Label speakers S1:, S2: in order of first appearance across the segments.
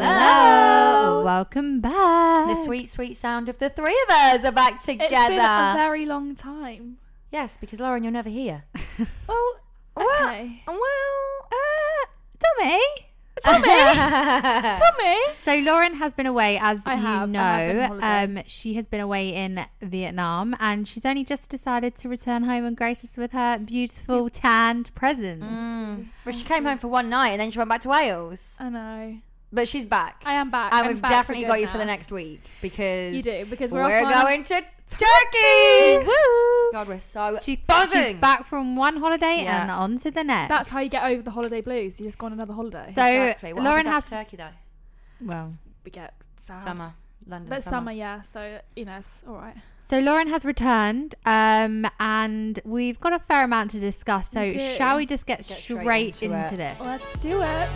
S1: Hello.
S2: Welcome back.
S1: The sweet, sweet sound of the three of us are back
S3: It's been a
S1: together.
S3: very long time.
S1: Yes, because Lauren, you're never here.
S3: Well,
S1: Well,
S3: okay.
S1: Well, uh,
S2: Dummy.
S1: Tommy.
S3: Tommy.
S2: So Lauren has been away, as
S3: I
S2: you
S3: have.
S2: know.
S3: I have been on holiday.
S2: um, she has been away in Vietnam, and she's only just decided to return home and grace us with her beautiful tanned presence.
S3: Mm.
S1: Well, she came home for one night and then she went back to Wales.
S3: I know.
S1: But she's back.
S3: I am back.
S1: and
S3: I'm
S1: we've
S3: back
S1: definitely
S3: good
S1: got you for the
S3: now.
S1: next week because
S3: You do because we're,
S1: we're,
S3: off on-
S1: going to Turkey.
S2: Woo!
S1: God, we're so
S2: She, she's
S1: buzzing.
S2: back from one holiday
S1: Yeah.
S2: and on to the next.
S3: That's how you get over the holiday blues. You just go on another holiday.
S2: So
S1: Exactly. What
S2: Lauren
S1: happens
S2: has
S1: after Turkey though.
S2: well.
S3: we get sad.
S1: Summer, London
S3: but
S1: summer.
S3: summer. yeah. So you know, it's all right.
S2: So Lauren has returned, um, and we've got a fair amount to discuss. So
S3: We do.
S2: shall we just get,
S1: Get straight
S2: straight,
S1: into
S2: into,
S1: it.
S2: this?
S3: Let's do it.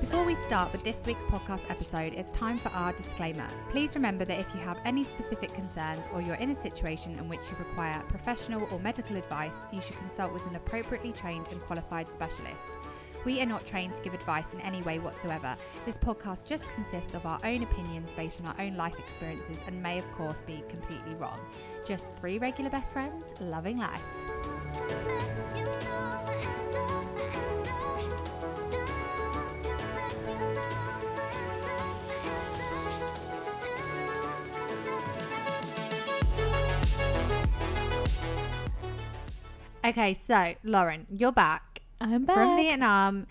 S2: Before we start with this week's podcast episode, it's time for our disclaimer. Please remember that if you have any specific concerns or you're in a situation in which you require professional or medical advice, you should consult with an appropriately trained and qualified specialist. We are not trained to give advice in any way whatsoever. This podcast just consists of our own opinions based on our own life experiences and may, of course, be completely wrong. Just three regular best friends loving life. Okay, so Lauren, you're back.
S3: I'm back.
S2: from Vietnam.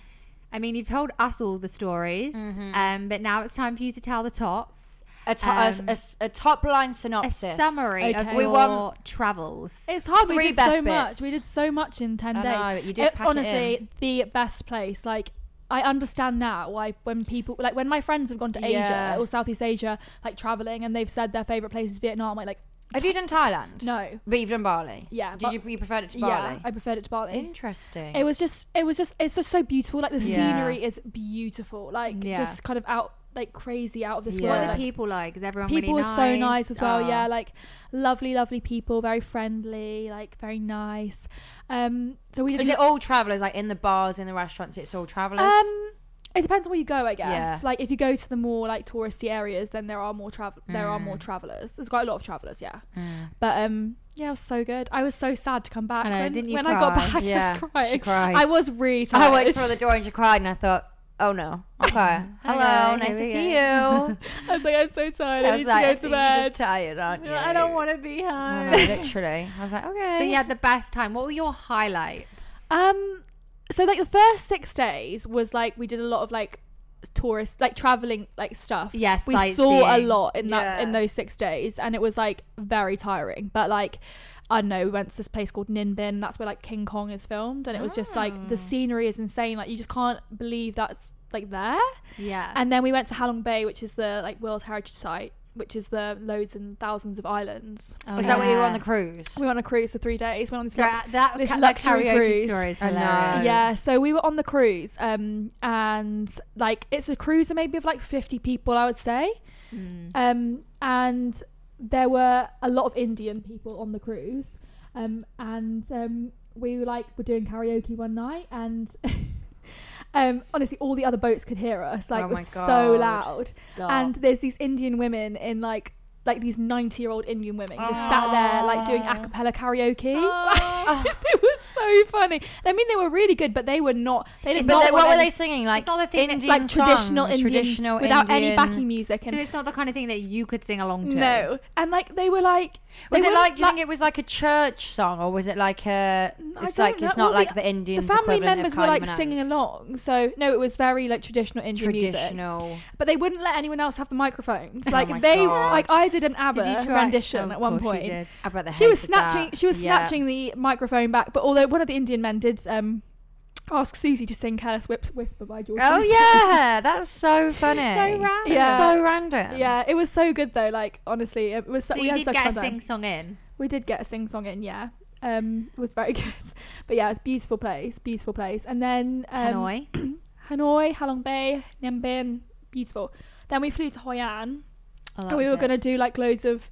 S2: I mean, you've told us all the stories, um, but now it's time for you to tell the tots
S1: A, to- a-
S2: Um,
S1: a, a top line
S2: a
S1: synopsis.
S2: summary of
S3: Okay.
S2: your
S3: We
S1: want-
S2: travels.
S3: It's hard. We
S1: Three
S3: did
S1: best
S3: so much.
S1: bits.
S3: We did so much in ten
S1: I
S3: days.
S1: know, you did
S3: it's
S1: pack it
S3: honestly
S1: in.
S3: the best place. Like I understand now why when people like when my friends have gone to
S1: Yeah.
S3: Asia or Southeast Asia, like traveling, and they've said their favorite place is Vietnam. I like
S1: Have you done Thailand?
S3: no,
S1: But you've done Bali.
S3: Yeah,
S1: Did
S3: but-
S1: you, you preferred it to
S3: yeah,
S1: Bali?
S3: I preferred it to Bali.
S1: Interesting.
S3: It was just, it was just, it's just so beautiful. Like the
S1: Yeah.
S3: scenery is beautiful. Like
S2: Yeah.
S3: just kind of out, like crazy out of this
S1: Yeah.
S2: What
S3: world.
S2: are the
S3: Like,
S2: people like? Is everyone
S3: people
S2: really
S3: are so nice as well.
S2: Oh.
S3: Yeah, like lovely, lovely people. Very friendly. Like very nice. Um, so we
S1: Is
S3: we-
S1: it all travellers, like in the bars, in the restaurants? It's all travellers.
S3: Um, it depends on where you go, I guess.
S1: Yeah.
S3: Like if you go to the more like touristy areas, then there are more travel. There are
S1: Mm.
S3: more travelers. There's quite a lot of travelers, yeah.
S1: Hmm.
S3: But um, yeah, it was so good. I was so sad to come back.
S2: I know,
S3: when
S2: didn't you
S3: when I got
S2: cry?
S3: back, I
S1: yeah,
S3: was crying.
S1: she cried.
S3: I was really
S1: I
S3: tired.
S1: went through the door and she cried, and I thought, oh no, okay, hello,
S2: Okay,
S1: nice to
S2: here we
S1: see
S2: go.
S1: you.
S3: I was like, I'm so tired. I,
S1: I was
S3: need
S1: like,
S3: to go to
S1: you're
S3: bed.
S1: just tired, aren't you?
S2: to be
S1: No,
S2: home.
S1: no, literally. I was like, okay.
S2: so you had the best time. What were your highlights?
S3: Um, so like the first six days was like we did a lot of like tourist like traveling like stuff.
S2: Yes,
S3: we saw a
S2: sightseeing.
S3: lot in that
S1: Yeah.
S3: in those six days, and it was like very tiring. But like. I don't know we went to this place called Ninbin. That's where like King Kong is filmed, and it was just like
S2: Ah.
S3: the scenery is insane. Like you just can't believe that's like there.
S2: Uh. Yeah.
S3: And then we went to Halong Bay, which is the like World Heritage Site, which is the loads and thousands of islands.
S2: Oh,
S1: was that when you were on
S2: yeah.
S1: the cruise?
S3: We went on a cruise for three days. Went on this
S2: So that, that,
S3: This
S2: ca- that
S3: luxury
S2: karaoke
S3: cruise.
S2: story is
S1: I know.
S2: hilarious.
S3: Yeah, so we were on the cruise, um, and like it's a cruise of maybe of like fifty people, I would say,
S1: Hmm.
S3: um, and there were a lot of Indian people on the cruise, um, and um, we were like were doing karaoke one night, and um, honestly, all the other boats could hear us, like
S1: Oh
S3: it
S1: my
S3: was so
S1: God.
S3: loud,
S1: Stop.
S3: and there's these Indian women in like. Like these ninety-year-old Indian women just sat there, like doing
S1: Ah.
S3: a cappella karaoke. it was so funny. I mean, they were really good, but they were not. They did
S1: But
S3: not.
S1: then
S3: want
S1: what were
S3: any-
S1: they singing? Like
S2: It's not the thing that-
S1: Indian
S3: Like traditional
S1: songs,
S3: Indian,
S1: traditional
S3: without any
S1: Indian-
S3: backing music. And
S2: So it's not the kind of thing that you could sing along to.
S3: no, and like they were like.
S1: Was
S3: they
S1: it
S3: were
S1: like? Do you think it was like a church song, or was it like a?
S3: I
S1: It's
S3: don't
S1: like it's
S3: know.
S1: not
S3: Well,
S1: like the Indian.
S3: The family members were like singing along, so no, it was very like traditional Indian music.
S1: traditional. Oh
S3: But they wouldn't let anyone else have the microphones. Like
S1: my
S3: they,
S1: God.
S3: like I did an
S2: Did
S3: ABBA
S2: you try?
S3: rendition
S2: Oh,
S3: at one
S2: of course you
S3: point.
S2: did.
S1: I bet they
S3: she was
S1: hated that.
S3: snatching she was
S1: Yeah.
S3: snatching the microphone back but although one of the indian men did um ask susie to sing careless Whip- whisper by george
S1: Oh
S3: Michael.
S1: yeah, that's so funny.
S2: So random.
S3: Yeah.
S1: So random.
S3: yeah it was so good though like honestly it was so,
S2: So you
S3: we, had
S2: did
S3: such
S2: get a
S3: fun
S2: sing
S3: sing-
S2: song in.
S3: we did get a sing song in yeah um it was very good but yeah it's beautiful place beautiful place and then um,
S2: Hanoi.
S3: hanoi halong bay Nam Binh, beautiful then we flew to hoi an
S2: Oh, that
S3: and we
S2: was
S3: were
S2: it.
S3: going to do like loads of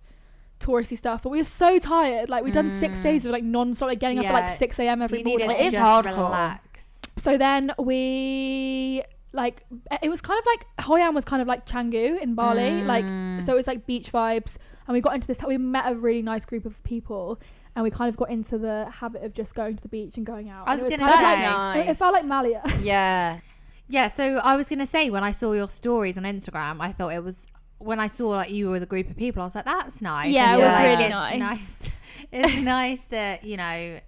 S3: touristy stuff but we were so tired like we'd done six days of like non-stop like getting up at
S2: Mm. Yeah.
S3: like 6 a.m every
S2: You
S3: morning
S2: needed
S1: It
S2: to
S1: is
S2: just
S1: hardcore.
S2: Relax.
S3: So then we like eh, it was kind of like Hoi An was kind of like Canggu in Bali,
S2: Mm.
S3: like so it was like beach vibes, and we got into this. We met a really nice group of people, and we kind of got into the habit of just going to the beach and going out.
S2: I
S3: And
S2: was
S3: it
S2: gonna
S3: kind of
S2: say-
S3: like- it felt like Malia.
S1: yeah.
S2: Yeah, so I was gonna say when I saw your stories on Instagram, I thought it was when I saw like you were with a group of people, I was like, that's nice.
S3: Yeah,
S2: And
S1: it
S2: you're
S1: was
S2: like,
S1: really
S2: "It's
S3: nice."
S2: It's nice that you know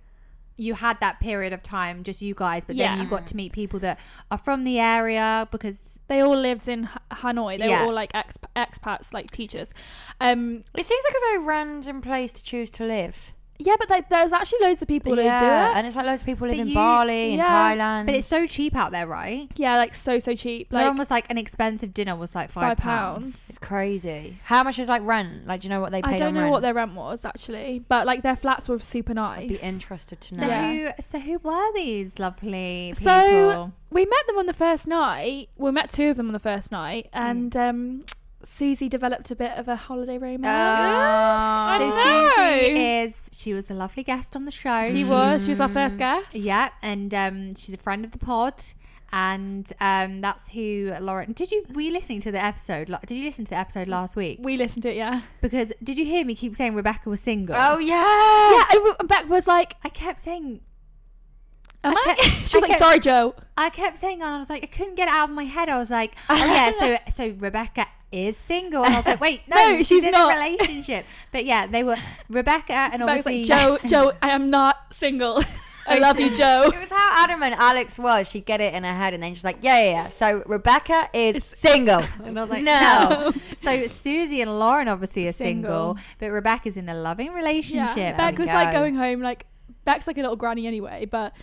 S2: you had that period of time just you guys, but
S3: Yeah.
S2: then you got to meet people that are from the area because
S3: they all lived in Ha- Hanoi. They
S2: Yeah.
S3: were all like exp- expats, like teachers. Um,
S1: It seems like a very random place to choose to live.
S3: yeah, but like, there's actually loads of people who do it.
S1: and it's like loads of people live
S2: But
S1: in
S2: you-
S1: Bali
S3: yeah,
S1: and Thailand.
S2: but it's so cheap out there, right?
S3: yeah, like so so cheap.
S2: Like,
S3: Like
S2: Lauren was like an expensive dinner was like five,
S3: five pounds.
S1: It's crazy. How much is like rent? Like, do you know what they paid
S3: I don't
S1: on
S3: know
S1: rent?
S3: what their rent was actually, but like their flats were super nice.
S1: I'd be interested to
S2: So
S1: know.
S3: Yeah.
S2: who so who were these lovely people?
S3: So- we met them on the first night. We met two of them on the first night, and um, Susie developed a bit of a holiday romance.
S1: Oh.
S2: So
S3: Ah. I
S2: Susie
S3: know.
S2: is she was a lovely guest on the show. Mm-hmm.
S3: She was. She was our first guest.
S2: Yeah, and um, she's a friend of the pod, and um, that's who Lauren. Did you were you listening to the episode? Like, did you listen to the episode last week?
S3: We listened to it. Yeah.
S2: Because did you hear me keep saying Rebecca was single?
S1: Oh, yeah.
S3: Yeah. And we- Beck was like,
S2: I kept saying.
S3: Am I?
S2: kept-
S3: she was
S2: I
S3: like,
S2: kept-
S3: sorry, Joe.
S2: I kept saying, and I was like, I couldn't get it out of my head. I was like, oh yeah, so so Rebecca is single, and I was like, wait, no,
S3: No,
S2: she's,
S3: she's
S2: in
S3: not.
S2: a relationship. But yeah, they were Rebecca and
S3: Beck was
S2: obviously
S3: like, Joe, Joe, I am not single. I love you, Joe.
S1: It was how adamant Alex was. She'd get it in her head, and then she's like, "Yeah, yeah." yeah. So Rebecca is single, and I was like, "No."
S2: So Susie and Lauren obviously are
S3: Single.
S2: single, but Rebecca's in a loving relationship.
S3: Yeah.
S1: There
S3: Beck
S1: we
S3: was like
S1: go.
S3: going home, like, Beck's like a little granny anyway, but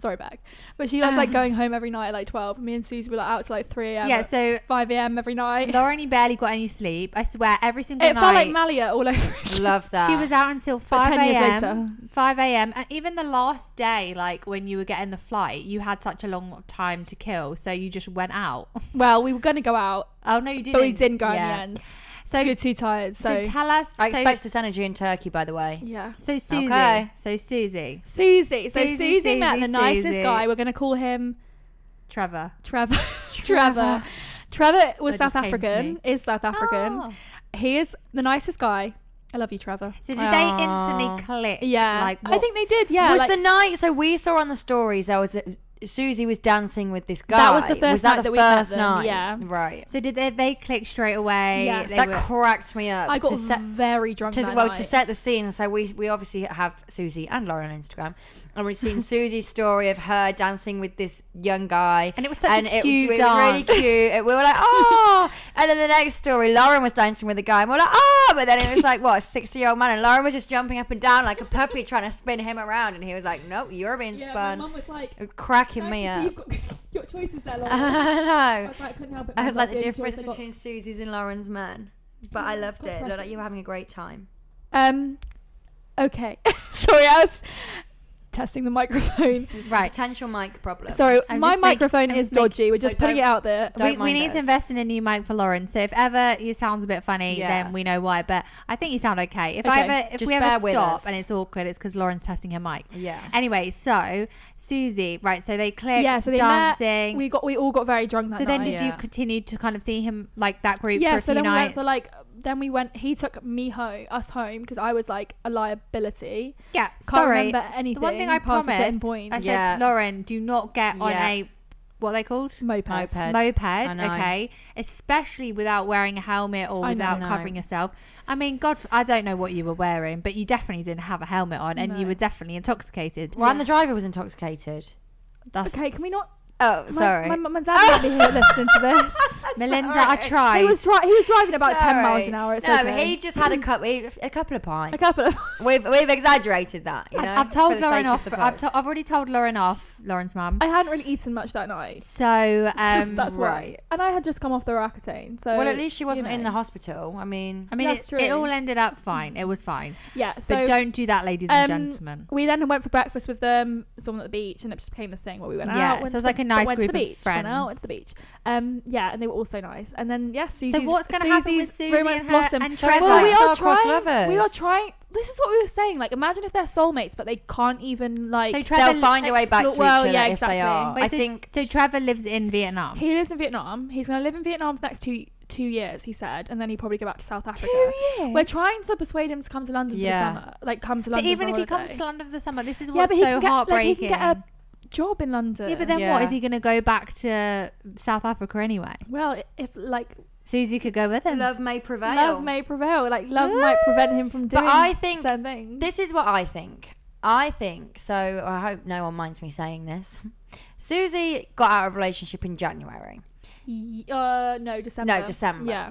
S3: sorry, Beck. But she was like going home every night at like 12. Me and Susie were like out till like 3 a.m.
S2: yeah, so
S3: 5 a.m. every night.
S2: Lauren barely got any sleep. I swear, every single
S3: it
S2: night
S3: felt like Malia all over again.
S1: Love that.
S2: she was out until five
S3: 10 years later.
S2: a.m. Five a.m. and even the last day, like when you were getting the flight, you had such a long time to kill, so you just went out.
S3: Well, we were going to go out,
S2: Oh no, you didn't.
S3: but we didn't go in
S2: Yeah.
S3: the end.
S2: So,
S3: we were too tired. So,
S2: so, tell us.
S1: I
S2: so,
S1: expect this energy in Turkey, by the way.
S3: yeah.
S2: so Susie.
S1: Okay.
S2: So Susie,
S3: Susie. So Susie,
S2: Susie,
S3: met the
S2: Susie,
S3: nicest
S2: Susie.
S3: guy. We're going to call him
S2: Trevor.
S3: Trevor. Trevor. Trevor was
S2: That just
S3: South
S2: came to
S3: African.
S2: me.
S3: Is South African.
S2: Oh.
S3: He is the nicest guy. I love you, Trevor.
S2: So did
S1: Aw.
S2: they instantly click?
S3: Yeah,
S2: Like
S3: I
S2: what-
S3: think they did. Yeah,
S1: was
S3: like,
S1: the night? So we saw on the stories there was a, Susie was dancing with this guy.
S3: That was the first
S1: that
S3: night
S1: the
S3: that we met
S1: first
S3: them,
S1: night?
S3: yeah.
S1: right.
S2: So did they? They click straight away.
S3: Yes.
S2: They
S1: that
S2: were-
S1: cracked me up.
S3: I got
S1: to set,
S3: very drunk
S1: to,
S3: that
S1: well,
S3: night.
S1: to set the scene, so we we obviously have Susie and Lauren on Instagram, and we've seen Susie's story of her dancing with this young guy,
S2: And it was such a
S1: it-
S2: cute
S1: it was really
S2: dance.
S1: cute. And we were like, oh, and then the next story, Lauren was dancing with a guy, and we are like, oh, but then it was like what a sixty year old man, and Lauren was just jumping up and down like a puppy, trying to spin him around, and he was like, nope, you're being
S3: yeah,
S1: spun.
S3: my mum was like,
S1: It was cracking me
S3: "Nice
S1: up.
S3: to see you've got- Your choices there, Lauren." I
S1: I know.
S3: was like, I couldn't help it.
S1: I was
S3: myself,
S1: like the
S3: only choice
S1: difference
S3: I got.
S1: between Susie's and Lauren's man, but I loved it. Looked like you were having a great time.
S3: Um, okay. Sorry, I was testing the microphone.
S2: right.
S1: Potential mic problem.
S3: Sorry,
S2: I'm
S3: my
S2: just make-
S3: microphone
S2: I'm
S3: is
S2: just make-
S3: dodgy. We're
S1: so
S3: just putting it
S1: don't-
S3: out there.
S1: don't
S2: we, we
S1: mind
S2: need to
S1: us.
S2: invest in a new mic for Lauren. So if ever it sounds a bit funny,
S1: Yeah.
S2: then we know why. But I think you sound okay. If
S3: Okay.
S2: I ever if
S1: Just
S2: we
S1: bear
S2: ever
S1: with
S2: stop
S1: us.
S2: and it's awkward, it's because Lauren's testing her mic.
S1: Yeah.
S2: Anyway, so Susie, right? So they click
S3: Yeah, so they met.
S2: dancing.
S3: We got. We all got very drunk that
S2: so
S3: night.
S2: then, did you
S1: Yeah.
S2: continue to kind of see him like that group for
S3: yeah
S2: a
S3: so
S2: few
S3: then we went
S2: nights?
S3: for like then we went he took me home us home because i was like a liability
S2: yeah,
S3: can't
S2: sorry.
S3: remember anything
S2: the one thing I
S3: past a certain
S2: promised,
S3: point
S2: I said,
S1: Yeah.
S2: Lauren, do not get on
S1: Yeah.
S2: a what are they called
S3: moped
S1: Moped.
S2: moped.
S1: know.
S2: Okay, especially without wearing a helmet or
S3: I know.
S2: without
S1: I know.
S2: covering yourself. I mean, God, f- I don't know what you were wearing, but you definitely didn't have a helmet on, and
S3: No.
S2: you were definitely intoxicated.
S1: Well, and the driver was intoxicated.
S2: That's
S3: okay can we not
S1: Oh,
S3: my,
S1: sorry.
S3: my mum and dad might be here listening to this
S2: Melinda. I
S1: Sorry.
S2: tried.
S3: he was dri- he was driving about 10 miles
S1: Sorry.
S3: an hour it's
S1: no,
S3: okay.
S1: he just had a couple, a couple of pints.
S3: a couple of
S1: We've we've exaggerated that. You
S2: I-
S1: know,
S2: I've told
S1: for the
S2: Lauren
S1: sake
S2: off.
S1: of the
S2: I've,
S1: pod.
S2: to- I've already told Lauren off. Lauren's mum.
S3: i hadn't really eaten much that night
S2: So
S3: Just-
S2: um,
S3: that's why.
S1: right.
S3: and i had just come off the Roaccutane, so
S1: well, at least she
S3: you
S1: wasn't in
S3: know.
S1: the hospital. I mean,
S2: I mean,
S3: That's
S2: it, it
S3: true.
S2: all ended up fine. It was fine.
S3: yeah so
S2: But don't do that, ladies and
S3: um,
S2: gentlemen.
S3: we then went for breakfast with them, someone at the beach, and it just became this thing where we went
S2: Yeah,
S3: out. went
S2: so it was
S3: to-
S2: like a nice
S3: went to the
S2: group of
S3: beach, Went out, went to the beach. Um, yeah, and they were all so nice. And then yeah, Susie's,
S2: what's gonna happen with Susie
S3: Susie's romance
S2: and her-
S3: blossom.
S2: and
S3: well, we
S1: Trevor?
S3: are
S1: Star-crossed
S3: trying.
S1: lovers.
S3: We are trying. this is what we were saying. Like, imagine if they're soulmates, but they can't even like.
S2: So Trevor,
S1: They'll find a way back to each
S3: explore- well,
S1: other
S3: yeah,
S1: if
S3: exactly.
S1: they are.
S2: Wait,
S1: I
S2: so,
S1: think
S2: so. Trevor lives in Vietnam.
S3: he lives in Vietnam. He's gonna live in Vietnam for the next two two years, he said, and then he probably go back to South Africa.
S2: years.
S3: We're trying to persuade him to come to London
S1: Yeah.
S3: for the summer. Like, come to
S2: but
S3: London.
S2: even
S3: for
S2: if
S3: a
S2: he comes
S3: holiday.
S2: to London for the summer, this is
S3: Yeah,
S2: what's
S3: but he
S2: so
S3: can get- like, he
S2: heartbreaking.
S3: can get a- job in London.
S2: yeah, but then what
S1: Yeah.
S2: is he going to go back to South Africa anyway?
S3: well, i- if like
S2: Susie could go with him.
S1: love may prevail.
S3: love may prevail, like love might prevent him from
S1: But
S3: doing.
S1: I think
S3: certain things.
S1: This is what I think. I think so. I hope no one minds me saying this. Susie got out of a relationship in January,
S3: Y- uh, no, December.
S1: December.
S3: Yeah,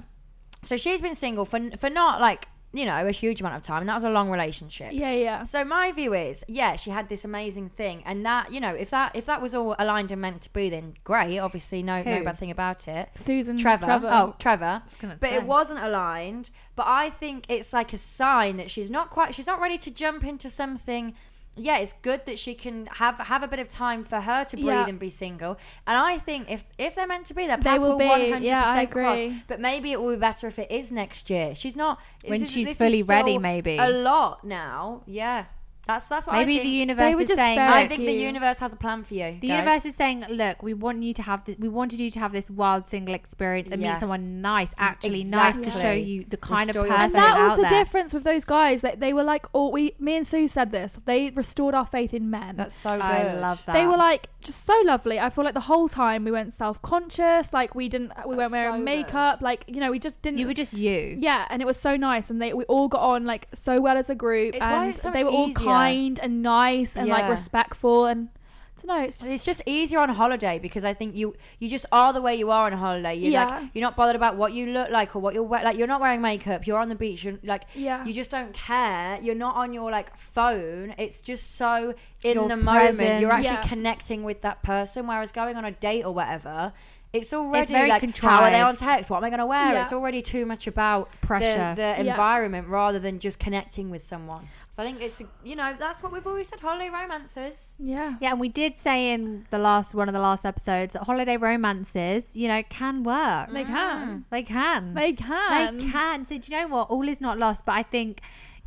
S1: so she's been single for for not like you know a huge amount of time. That was a long relationship.
S3: yeah, yeah.
S1: So my view is, yeah, she had this amazing thing, and that you know, if that if that was all aligned and meant to be, then great. Obviously, no
S2: Who?
S1: no bad thing about it.
S3: Susan,
S1: Trevor. Oh, Trevor.
S2: gonna
S1: But
S2: say.
S1: it wasn't aligned. But I think it's like a sign that she's not quite. She's not ready to jump into something. Yeah, it's good that she can have have a bit of time for her to breathe
S3: Yeah.
S1: and be single. And I think if if they're meant to be, their
S3: They
S1: paths
S3: will
S1: will
S3: be.
S1: one hundred
S3: Yeah, I
S1: percent cross.
S3: agree.
S1: But maybe it will be better if it is next year. She's not this
S2: When
S1: is-
S2: she's
S1: this is
S2: fully ready,
S1: still
S2: maybe.
S1: a lot now. Yeah, that's that's what I
S2: Maybe
S1: think.
S2: the
S3: They
S2: universe
S3: were
S2: is
S3: just
S2: saying,
S3: there.
S1: I
S2: "Look,
S1: think the
S3: you.
S1: universe has a plan for you.
S2: The
S1: guys.
S2: universe is saying, look, we want you to have this. We wanted you to have this wild single experience and meet
S1: Yeah.
S2: someone nice, actually nice, to
S1: Exactly.
S2: show you the kind
S1: Restore
S2: of
S1: your
S2: person
S3: and that was
S2: out
S3: the
S2: there.
S3: difference with those guys. That they were like, all we, me and Sue said this. They restored our faith in men.
S1: That's so good.
S2: I love that.
S3: they were like just so lovely. I feel like the whole time we weren't self-conscious. Like we didn't, we weren't
S1: That's
S3: wearing
S1: so
S3: makeup. Like you know, we just didn't.
S2: you were just you.
S3: Yeah, and it was so nice, and they we all got on like so well as a group,
S1: It's why
S3: and
S1: it's so
S3: they
S1: much
S3: were all
S1: easier.
S3: kind and nice and like
S1: Yeah.
S3: respectful, and I don't know, it's just,
S1: It's just easier on holiday because I think you you just are the way you are on holiday. You're
S3: Yeah.
S1: like you're not bothered about what you look like or what you're we- like. You're not wearing makeup. You're on the beach. You're like
S3: yeah,
S1: you just don't care. You're not on your like phone. It's just so in
S2: You're
S1: the
S2: present.
S1: moment. You're actually
S3: Yeah.
S1: connecting with that person. Whereas going on a date or whatever, it's already
S2: very
S1: like how are they on
S2: contrived.
S1: text? What am I going to wear?
S3: Yeah.
S1: It's already too much about the-
S2: Pressure.
S1: the,
S3: Yeah.
S1: environment rather than just connecting with someone. So I think it's you know that's what we've always said. Holiday romances.
S3: yeah,
S2: Yeah, and we did say in the last one of the last episodes that holiday romances, you know, can work.
S3: they can,
S2: They can.
S3: they can,
S2: Mm. They can. So do you know what? All is not lost, but I think.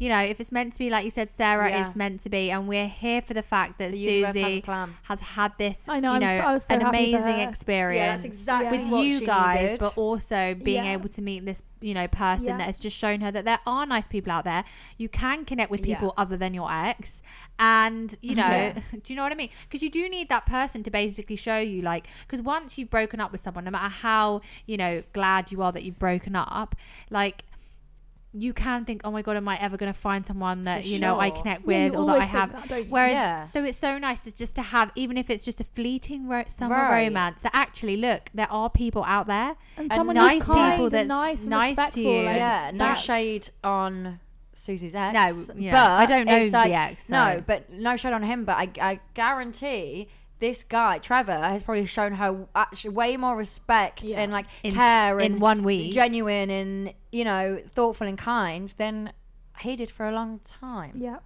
S2: You know, if it's meant to be, like you said, Sarah,
S1: Yeah.
S2: it's meant to be, and we're here for the fact that
S1: The universe has a
S2: Susie
S1: plan.
S2: has had this,
S3: I know,
S2: you
S3: I'm
S2: know,
S3: so- I was so
S2: an
S3: happy for
S2: amazing
S3: her.
S2: experience.
S1: Yeah, that's exactly
S3: Yeah.
S2: with
S1: what
S2: you
S1: she
S2: guys,
S1: needed.
S2: but also being
S3: Yeah.
S2: able to meet this, you know, person
S3: Yeah.
S2: that has just shown her that there are nice people out there. You can connect with
S1: Yeah.
S2: people other than your ex, and you know,
S1: Yeah.
S2: do you know what I mean? Because you do need that person to basically show you, like, because once you've broken up with someone, no matter how you know glad you are that you've broken up, like. You can think, oh my god, am I ever going to find someone that
S1: For
S2: you know I
S1: sure.
S2: connect
S3: Yeah, you
S2: with, or that
S3: always
S2: I
S3: think
S2: have?
S3: that, don't you?
S2: Whereas,
S1: Yeah.
S2: so it's so nice to just to have, even if it's just a fleeting ro- summer
S1: Right.
S2: romance, that actually look, there are people out there
S3: and
S2: and
S3: someone
S2: nice
S3: who's kind
S2: people
S3: and
S2: that's
S3: nice, and
S2: nice to
S3: respectful,
S2: you.
S3: like,
S1: Yeah, no
S2: that's-
S1: shade on Susie's ex.
S2: No, yeah.
S1: but
S2: I don't know
S1: it's like-
S2: the ex, so-
S1: No, but no shade on him. But I, I guarantee this guy, Trevor, has probably shown her actually way more respect
S3: Yeah.
S1: and like
S2: In s-
S1: care
S2: in
S1: and
S2: one week.
S1: genuine and you know thoughtful and kind than he did for a long time.
S3: yeah.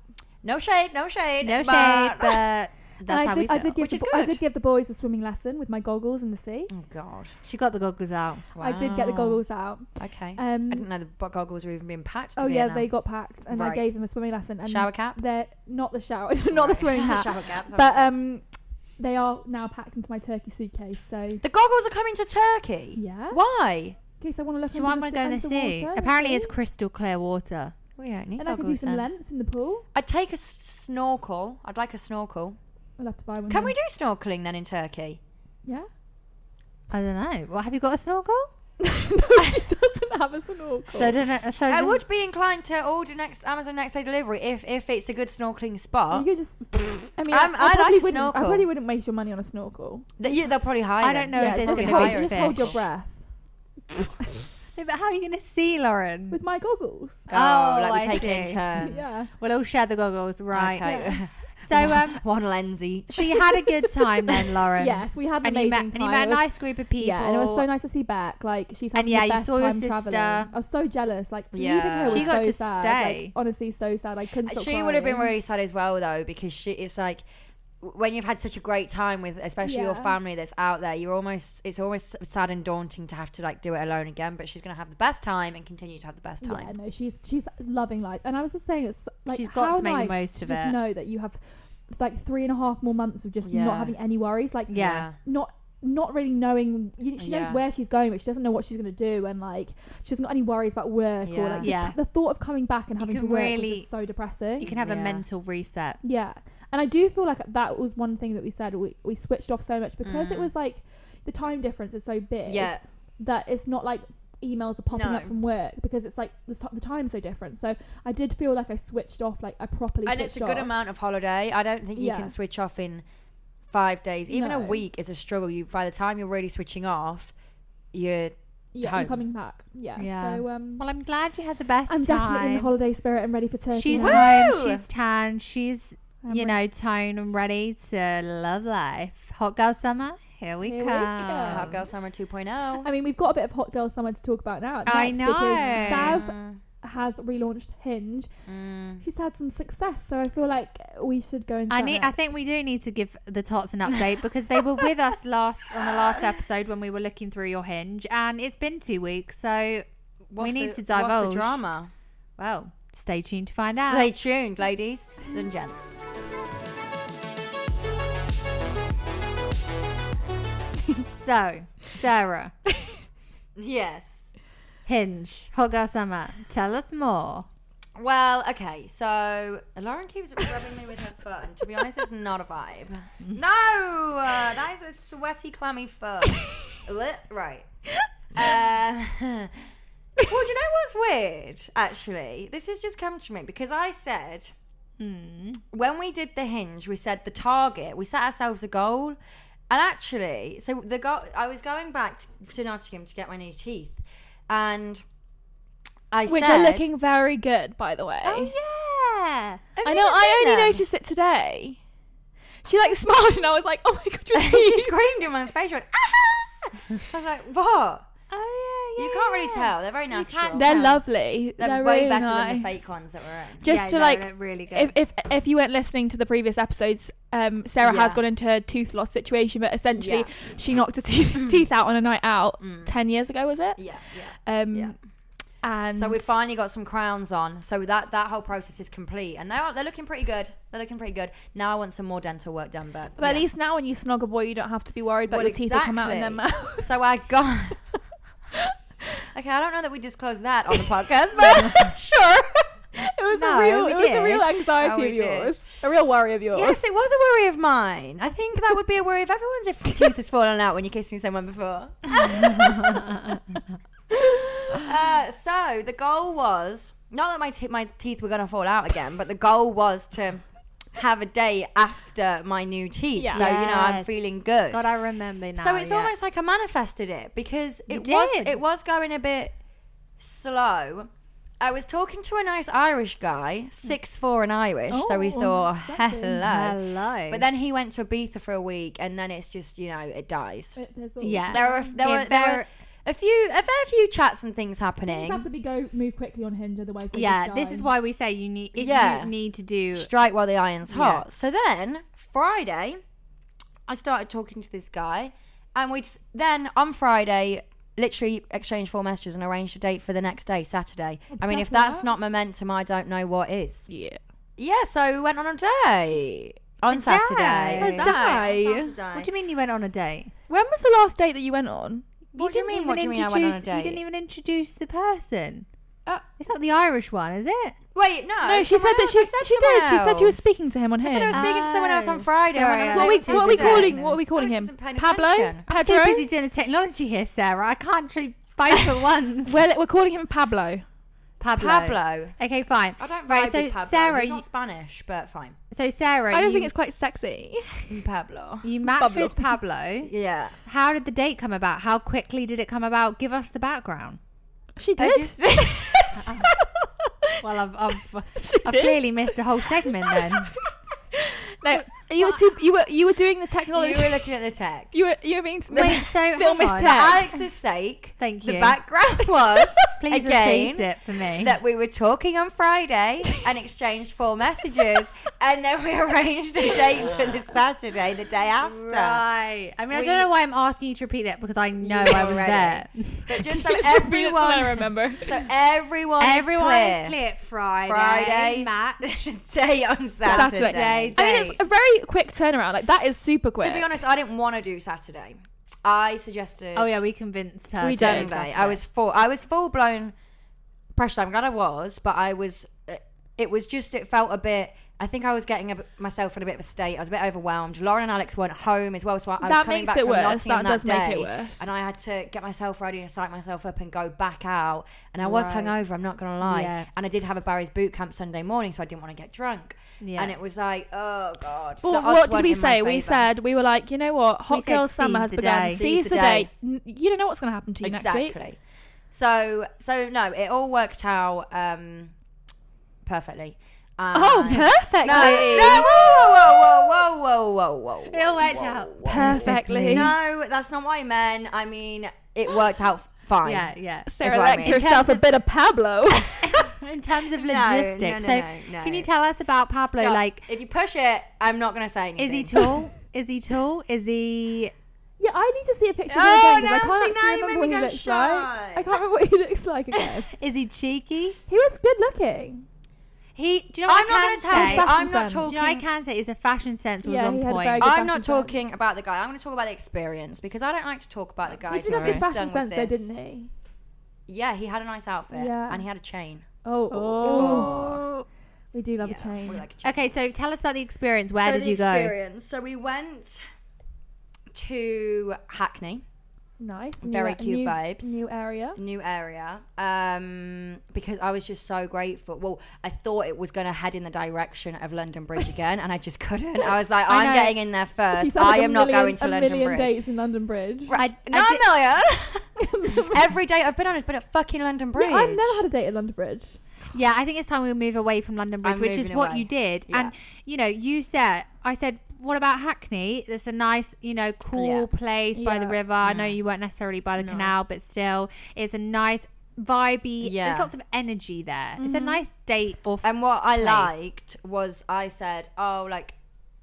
S1: No shade, no shade,
S2: no
S1: but- oh
S2: shade, but that's
S3: And I
S2: how
S3: did,
S2: we
S3: I
S2: feel.
S3: did give
S1: which
S3: the,
S1: is
S3: bo- I
S1: good.
S3: did give the boys a swimming lesson with my goggles in the sea.
S1: Oh God!
S2: she got the goggles out.
S3: I did get the
S1: Wow.
S3: goggles out.
S1: Okay,
S3: Um,
S1: I didn't know the bo- goggles were even being packed. To
S3: Oh yeah,
S1: Vietnam.
S3: they um, got packed, and I
S1: Right.
S3: gave them a swimming lesson. And
S1: shower cap,
S3: They're not the shower, not the
S1: Right.
S3: swimming hat.
S1: shower cap. sorry.
S3: But um, they are now packed into my turkey suitcase. So
S1: the goggles are coming to Turkey.
S3: yeah,
S1: Why?
S3: in case I want to look.
S2: So I'm going
S3: under
S2: to go in the sea.
S3: underwater,
S2: Apparently,
S3: see?
S2: it's crystal clear water.
S1: We don't need
S3: And I could do
S1: goggles
S3: some
S1: then.
S3: lengths in the pool.
S1: I'd take a snorkel. I'd like a snorkel.
S3: I'll have to buy one.
S1: Can
S3: then.
S1: we do snorkeling then in Turkey?
S3: Yeah.
S2: I don't know. Well, have you got a snorkel?
S3: no, she doesn't have a snorkel.
S2: So I don't know. So
S1: I
S2: then-
S1: would be inclined to order next Amazon next day delivery if if it's a good snorkeling
S3: you
S1: spot.
S3: could just. I mean,
S1: I'm-
S2: Um,
S3: I,
S1: I like
S3: probably
S1: a
S3: wouldn't. I
S1: snorkel.
S3: probably wouldn't waste your money on a snorkel.
S1: Th- you- they'll probably hire.
S2: I
S1: them.
S2: don't know Oh, if
S3: Yeah,
S2: there's
S3: just
S2: going to
S3: hold-
S2: be a
S3: just hold your
S2: fish.
S3: breath
S2: No, but how are you going to see, Lauren?
S3: with my goggles.
S1: Oh, like
S2: I
S1: we take it
S2: see.
S1: in turns.
S3: Yeah.
S2: We'll all share the goggles, right?
S1: Okay.
S2: So, um,
S1: one lens each.
S2: so you had a good time then, Lauren?
S3: Yes, we had an
S2: And you
S3: amazing
S2: met
S3: time.
S2: and you met
S3: It
S2: a
S3: was-
S2: nice group of people.
S3: Yeah, and it was so nice to see back. Like she's having
S2: yeah,
S3: the
S2: you
S3: best
S2: saw your
S3: time traveling.
S2: sister.
S3: I was so jealous. Like
S1: Yeah.
S3: leaving her
S1: She
S3: was
S2: got
S3: so
S2: to
S3: sad.
S2: stay. Uh,
S3: Like, honestly, so sad. I couldn't. Stop
S1: She would have been
S3: crying.
S1: really sad as well though because she it's like when you've had such a great time with especially your
S4: Yeah.
S1: family that's out there you're almost it's almost sad and daunting to have to like do it alone again but she's gonna have the best time and continue to have the best time
S4: Yeah, no, she's she's loving life, and I was just saying, it's like
S2: She's got
S4: how
S2: to make the
S4: nice
S2: most of
S4: just
S2: it.
S4: Know that you have like three and a half more months of just
S1: Yeah.
S4: not having any worries, like
S2: Yeah.
S4: not not really knowing. You, she knows
S1: Yeah.
S4: where she's going, but she doesn't know what she's gonna do, and like she hasn't got any worries about work or
S1: Yeah.
S4: like just
S2: Yeah.
S4: the thought of coming back and
S2: You
S4: having to
S2: can
S4: work
S2: really-
S4: is just so depressing.
S2: You can have a
S1: Yeah.
S2: mental reset.
S4: Yeah, and I do feel like that was one thing that we said we we switched off so much because it
S1: Mm.
S4: was like the time difference is so big
S1: yeah
S4: that it's not like emails are popping
S1: No.
S4: up from work because it's like the, t- the time's so different. So I did feel like I switched off, like I properly.
S1: and it's a
S4: switched
S1: good
S4: off.
S1: amount of holiday i don't think you
S4: Yeah.
S1: can switch off in five days even a
S4: No.
S1: week is a struggle you by the time you're really switching off you're
S4: Yeah,
S1: home.
S4: I'm coming back. Yeah.
S2: Yeah.
S4: So um,
S2: Well, I'm glad you had the best
S4: I'm definitely in the
S2: time.
S4: holiday spirit and ready for Turkey.
S2: She's
S4: now.
S1: Woo!
S2: home. She's tan. She's
S4: I'm
S2: you
S4: ready.
S2: know toned and ready to love life. Hot girl summer. Here we
S4: Here
S2: come.
S4: we
S1: hot
S4: come.
S1: girl summer oh. 2.0
S4: I mean, we've got a bit of hot girl summer to talk about now.
S2: I
S4: next, because
S2: know.
S4: Saz
S1: Mm,
S4: has relaunched Hinge.
S1: mm.
S4: She's had some success, so I feel like we should go into.
S2: I
S4: that
S2: need. I
S4: next.
S2: think we do need to give the tots an update because they were with us last on the last episode when we were looking through your hinge, and it's been two weeks, so
S1: What's
S2: we need
S1: the-
S2: to divulge.
S1: what's the drama
S2: Well, stay tuned to find out.
S1: stay tuned ladies and gents
S2: so, Sarah,
S1: yes
S2: hinge, hot girl summer. Tell us more.
S1: Well, okay, so Lauren keeps rubbing me with her foot, and to be honest, it's not a vibe. No, uh, that is a sweaty, clammy foot. Lit- right. Uh, well, do you know what's weird? Actually, this has just come to me because I said
S2: Hmm.
S1: when we did the hinge, we said the target. We set ourselves a goal, and actually, so the goal. I was going back to, to Nottingham to get my new teeth, and I
S3: Which
S1: said,
S3: are looking very good, by the way.
S2: Oh yeah.
S1: Have
S3: I
S1: you
S3: know.
S1: not
S3: I
S1: seen
S3: only
S1: them?
S3: noticed it today. She like smiled, and I was like, "Oh my god, your
S1: she
S3: teeth!"
S1: screamed in my face. She went, ah! I was like, what?
S3: oh
S1: you can't really tell. They're very natural.
S2: can't
S3: They're
S2: Yeah.
S3: lovely.
S1: They're,
S3: They're,
S1: way
S3: really
S1: better
S3: nice.
S1: than the fake ones that were in.
S3: Just
S2: Yeah,
S3: to
S2: no,
S3: like,
S2: they're really good.
S3: if, if if you weren't listening to the previous episodes, um, Sarah has
S1: Yeah.
S3: gone into a tooth loss situation, but essentially
S1: Yeah.
S3: she knocked her tooth, teeth out on a night out
S1: Mm.
S3: ten years ago, was it?
S1: Yeah, yeah.
S3: Um,
S1: Yeah.
S3: and
S1: So we finally got some crowns on. So that that whole process is complete, and they're they're looking pretty good. They're looking pretty good. Now I want some more dental work done, but
S3: But at
S1: yeah.
S3: least now, when you snog a boy, you don't have to be worried about
S1: Well,
S3: your teeth will come out in their
S1: exactly.
S3: mouth.
S1: So I got. okay, I don't know that we disclosed that on the podcast, but sure.
S3: It was
S2: No,
S3: a real,
S2: we
S3: it was a real
S2: did.
S1: Oh,
S3: anxiety
S1: we
S3: of
S1: did.
S3: yours, a real worry of yours.
S1: Yes, it was a worry of mine. I think that would be a worry of everyone's if a tooth has fallen out when you're kissing someone before. uh, so the goal was not that my te- my teeth were going to fall out again, but the goal was to have a day after my new teeth.
S3: Yeah.
S1: So you know I'm
S2: Yes.
S1: feeling good.
S2: God, I remember now.
S1: so it's
S2: yeah.
S1: almost like I manifested it because
S2: You
S1: it was
S2: did.
S1: it was going a bit slow. I was talking to a nice Irish guy, six four and Irish, so we
S3: Oh,
S1: thought,
S4: lovely.
S1: hello.
S2: hello.
S1: But then he went to Ibiza for a week, and then it's just you know it dies.
S4: It- there's all-
S2: yeah,
S1: There were there
S2: Yeah,
S1: were there
S2: very-
S1: were a few a fair few chats and
S4: Things
S1: things
S4: have
S1: happening.
S4: to be go move quickly on Hinge, otherwise. they
S2: yeah.
S4: just
S2: This is
S4: die.
S2: why we say you need. If
S1: Yeah.
S2: you need to do.
S1: Strike while the iron's
S2: Yeah.
S1: hot. So then Friday, I started talking to this guy, and we just, then on Friday literally exchanged four messages and arranged a date for the next day, Saturday. I mean, if
S4: Exactly
S1: that's
S4: that.
S1: not momentum, I don't know what is.
S3: Yeah.
S1: Yeah, so we went on a day on
S2: A
S1: Saturday.
S2: day. A
S1: On Saturday.
S3: day.
S1: On Saturday.
S2: What do you mean you went on a date?
S3: When was the last date that you went on?
S1: What do you
S2: didn't
S1: mean?
S2: even
S1: What do you mean I went on a
S2: introduce- You didn't
S1: date?
S2: even introduce the person.
S3: Uh,
S2: It's not the Irish one, is it?
S1: Wait, no.
S3: no, she said
S1: Uh, someone
S3: that
S1: else. I
S3: she she
S1: someone
S3: did. She said she
S1: else.
S3: was speaking to him on
S1: I said I was
S3: Hinge.
S1: speaking to someone else on
S2: Oh,
S1: Friday.
S2: sorry,
S1: when I
S2: I
S1: was
S3: What are we
S1: listening
S2: was
S3: what are we
S1: to it.
S3: calling what are we calling
S1: I'm
S3: him?
S1: just paying
S3: Pablo?
S1: attention.
S2: I'm too
S3: Pedro?
S2: busy doing the technology here, Sarah. I can't do both at once.
S3: We're, we're calling him Pablo.
S2: Pablo.
S1: Pablo.
S2: Okay, fine.
S1: I don't
S2: Right,
S1: vibe
S2: so
S1: with Pablo.
S2: Sarah,
S1: He's
S2: you-
S1: not Spanish, but fine.
S2: So Sarah,
S3: I don't
S2: you,
S3: think it's quite sexy.
S1: Pablo.
S2: you matched
S3: Pablo.
S2: with Pablo.
S1: Yeah.
S2: How did the date come about? How quickly did it come about? Give us the background.
S3: She
S1: I
S3: did.
S1: just-
S2: Well, I've I've,
S3: She
S2: I've
S3: did.
S2: clearly missed a whole segment then.
S3: no, You were too. You were. You were doing the
S1: You
S3: technology.
S1: were looking at the tech.
S3: You were. You were being.
S2: Wait, so
S3: Little
S2: hang
S3: Miss
S2: on.
S1: For
S3: Tech.
S1: Alex's sake,
S2: Thank
S1: the
S2: you.
S1: background was
S2: Please
S1: again
S2: repeat it for me.
S1: that we were talking on Friday and exchanged four messages, and then we arranged a date for this Saturday, the day after.
S2: right. I mean, I
S1: We-
S2: don't know why I'm asking you to repeat that because I know
S1: You
S2: I was
S1: already-
S2: there.
S1: But just so
S3: Let's repeat it till I
S1: everyone,
S3: remember.
S1: so everyone,
S2: Everyone
S1: is clear.
S2: is clear. Friday,
S1: Friday.
S2: Matt.
S1: day on Saturday.
S2: Saturday.
S3: I mean, it's a very quick turnaround. Like that is super quick.
S1: To be honest, I didn't want to do Saturday. I suggested.
S2: Oh yeah, we convinced her.
S3: We
S2: to
S3: did.
S2: do
S1: Sunday. I
S2: Saturday.
S1: was full. I was full blown pressure. I'm glad I was, but I was. uh, It was just. It felt a bit. I think I was getting a, bit- myself in a bit of a state. I was a bit overwhelmed. Lauren and Alex weren't home as well, so I, I was
S3: That
S1: coming
S3: makes
S1: back
S3: it
S1: from
S3: worse.
S1: Nottingham
S3: That does
S1: that
S3: make it
S1: day,
S3: worse.
S1: And I had to get myself ready and psych myself up and go back out. And I was
S2: Right.
S1: hungover. I'm not gonna lie.
S2: Yeah.
S1: And I did have a Barry's boot camp Sunday morning, so I didn't want to get drunk.
S2: Yeah.
S1: And it was like, oh god.
S3: Well,
S1: The odds
S3: what did
S1: weren't
S3: we
S1: in my
S3: say? We
S1: favour.
S3: said we were like, you know what,
S2: We
S3: hot
S2: said,
S3: girl summer
S2: "Seize
S3: has
S2: the
S3: begun.
S2: day."
S3: Seize the day. N- You don't know what's going to happen to you next week.
S1: Exactly. So so no, it all worked out um perfectly. And
S3: Oh, perfectly.
S1: No, no, whoa, whoa, whoa, whoa, whoa, whoa, whoa.
S2: It all worked
S1: whoa,
S2: out
S1: whoa.
S3: Perfectly.
S1: No, that's not what I meant. I mean, it worked out fine.
S2: Yeah, yeah.
S1: Is
S3: Sarah,
S1: what I
S3: let
S1: mean.
S3: yourself a bit of Pablo.
S2: In terms of
S1: No,
S2: logistics,
S1: no,
S2: so
S1: no, no.
S2: can you tell us about Pablo?
S1: Stop.
S2: Like,
S1: if you push it, I'm not gonna say anything.
S2: is he tall? is he tall? Is he?
S3: yeah, I need to see a picture
S1: Oh,
S3: of him again. 'cause
S1: now- see,
S3: I can't
S1: now
S3: actually
S1: you
S3: remember
S1: made
S3: what
S1: me
S3: he
S1: go
S3: looks
S1: shy.
S3: like. I can't remember what he looks like again.
S2: Is he cheeky?
S3: he was good looking.
S2: He. Do you know
S1: I'm
S2: what
S1: not
S2: I
S1: gonna
S2: can
S1: tell
S2: say?
S1: you. I'm not
S3: Back in
S2: Do you know what I
S1: talking.
S2: can say? His fashion sense was
S3: Yeah,
S2: on
S3: he had a
S2: point.
S3: very good-
S1: I'm not
S3: back in front.
S1: talking about the guy. I'm going to talk about the experience because I don't like to talk about the guy.
S3: He did have
S1: who've
S3: good
S1: been
S3: fashion
S1: stung
S3: sense
S1: with
S3: though,
S1: this.
S3: didn't he?
S1: Yeah, he had a nice outfit
S3: Yeah.
S1: and he had a chain.
S3: Oh,
S1: Oh.
S3: we do love
S1: yeah,
S3: a chain.
S1: we like a chain.
S2: Okay, so tell us about the experience. Where
S1: so
S2: did
S1: the
S2: you
S1: experience. So we went to Hackney,
S3: nice,
S1: Very
S3: new,
S1: cute
S3: new,
S1: vibes.
S3: New area.
S1: a new area, um, because I was just so grateful. Well, I thought it was going to head in the direction of London Bridge again, and I just couldn't. I was like,
S2: I
S1: I'm
S2: know.
S1: getting in there
S3: She
S1: first.
S3: sounds
S1: Uh, I
S3: like a
S1: am not
S3: million-
S1: going to
S3: a
S1: London
S3: million
S1: Bridge.
S3: dates in London Bridge.
S2: go? I, I
S1: Not
S2: did-
S1: a million. Every day I've been on, it's been at fucking London Bridge.
S3: Yeah, I've never had a date at London Bridge.
S2: yeah, I think it's time we move away from London Bridge,
S1: I'm
S2: which is
S1: moving
S2: what
S1: away.
S2: you did.
S1: Yeah.
S2: And you know, you said, I said, what about Hackney? It's a nice, you know, cool place by the
S3: Yeah.
S2: river. I know you weren't necessarily by the
S1: No.
S2: canal, but still, it's a nice vibey.
S1: Yeah.
S2: There's lots of energy there. It's a nice date or
S1: And what I
S2: place.
S1: liked was I said, "Oh, like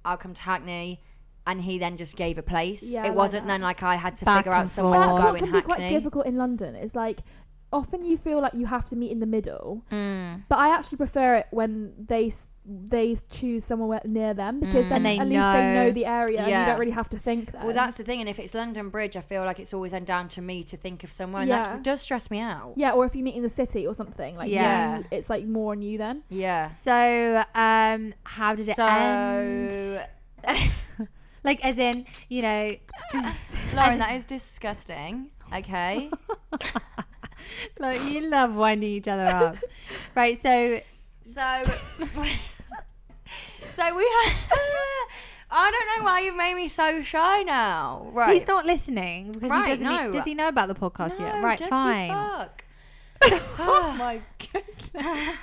S1: I'll come to Hackney," and he then just gave a place.
S3: Yeah, I
S1: it
S3: like
S1: wasn't
S3: that.
S1: then like I had to
S2: Back
S1: figure out
S2: and
S1: somewhere to
S2: forth.
S1: Oh, go
S2: That's
S3: what
S1: in
S3: can be quite
S1: Hackney.
S3: difficult in London. It's like often you feel like you have to meet in the middle,
S1: Hmm.
S3: but I actually prefer it when they s- they choose somewhere near them
S1: Mm.
S3: because then
S2: And they
S3: at least they
S2: know.
S3: know the area and
S1: Yeah.
S3: you don't really have to think. Then.
S1: Well, that's the thing, and if it's London Bridge, I feel like it's always then down to me to think of somewhere, and
S3: Yeah.
S1: that does stress me out.
S3: yeah, or if you meet in the city or something like
S2: Yeah.
S3: you- it's like more on you then.
S1: Yeah.
S2: So, um, how did it
S1: so,
S2: end? Like, as in, you know,
S1: Lauren, that is disgusting. Okay.
S2: like you love winding each other up, right? So,
S1: So, so we had. I don't know why you made me so shy now. Right.
S2: He's not listening because
S1: Right,
S2: he doesn't. e-,
S1: no.
S2: does he know about the podcast
S1: no,
S2: yet? Right,
S1: just be
S2: fine.
S1: Fuck.
S2: oh my goodness!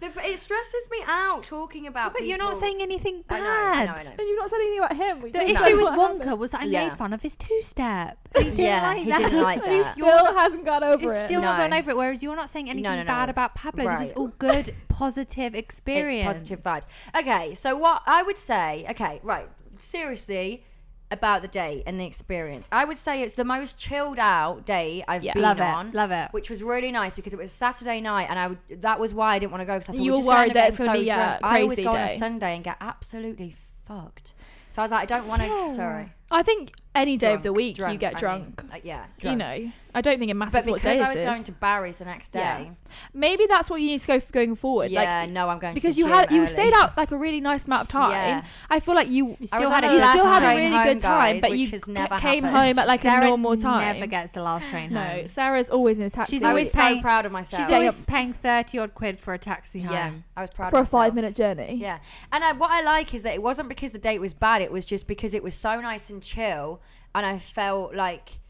S1: The, it stresses me out talking about.
S2: but you're not
S1: people.
S2: saying anything
S1: I
S2: bad.
S1: know, I know, I know.
S3: And you've not said anything about him. We
S2: The
S3: don't know
S2: issue with
S3: what
S2: Wonka
S3: happened.
S2: was that I
S1: Yeah.
S2: made fun of his two-step. He didn't
S1: Yeah,
S2: like
S1: he
S2: that.
S1: didn't like that.
S2: You're
S3: Bill
S2: not-
S3: hasn't got over
S2: it's
S3: it.
S2: still not
S1: No.
S2: going over it. Whereas you're not saying anything
S1: no, no.
S2: bad about Pablo. This is
S1: Right.
S2: all good, positive
S1: It's
S2: experience.
S1: positive vibes. Okay, so what I would say, okay, right, seriously about the date and the experience. I would say it's the most chilled out day I've
S3: Yeah.
S1: been
S2: Love it,
S1: on.
S2: love it.
S1: Which was really nice because it was Saturday night and I would, that was why I didn't want to go because I thought
S3: You
S1: we're
S3: were
S1: just gonna end
S3: worried
S1: up
S3: that it's
S1: getting
S3: gonna
S1: so
S3: be, yeah,
S1: drunk. I always
S3: crazy
S1: go on a
S3: day.
S1: Sunday and get absolutely fucked. So I was like, I don't want to.
S2: Sarah.
S1: Sorry.
S3: I think any day of the
S1: Drunk,
S3: week you
S1: drunk, I
S3: get
S1: mean.
S3: drunk.
S1: Uh, yeah.
S3: You
S1: drunk.
S3: know, I don't think it matters
S1: But
S3: what day
S1: because
S3: it
S1: I was
S3: is.
S1: going to Barry's the next day,
S3: Yeah. Maybe that's what you need to go for going forward.
S1: yeah,
S3: like,
S1: no, I'm going
S3: because
S1: to the
S3: you had
S1: gym
S3: you
S1: early.
S3: stayed out like a really nice amount of time.
S1: Yeah.
S3: I feel like you
S2: You
S1: I
S2: still
S1: was
S2: had
S1: on
S2: a
S1: a
S3: you
S2: good
S1: last
S3: still had a
S1: train
S3: really
S1: home,
S3: good time,
S1: guys,
S3: but
S1: which
S3: you
S1: has
S3: c-
S1: never
S3: came
S1: happened.
S3: home at like
S2: Sarah
S3: a normal time.
S2: Never gets the last train home.
S3: no, Sarah's always in a taxi.
S2: She's
S1: I
S2: always
S1: was so
S2: paying-
S1: proud of myself.
S2: She's
S3: Yeah,
S2: always
S3: yeah.
S2: paying thirty odd quid for a taxi home.
S1: Yeah, I was proud
S3: for
S1: of
S3: a
S1: myself.
S3: five minute journey.
S1: Yeah, and I, what I like is that it wasn't because the date was bad; it was just because it was so nice and chill, and I felt like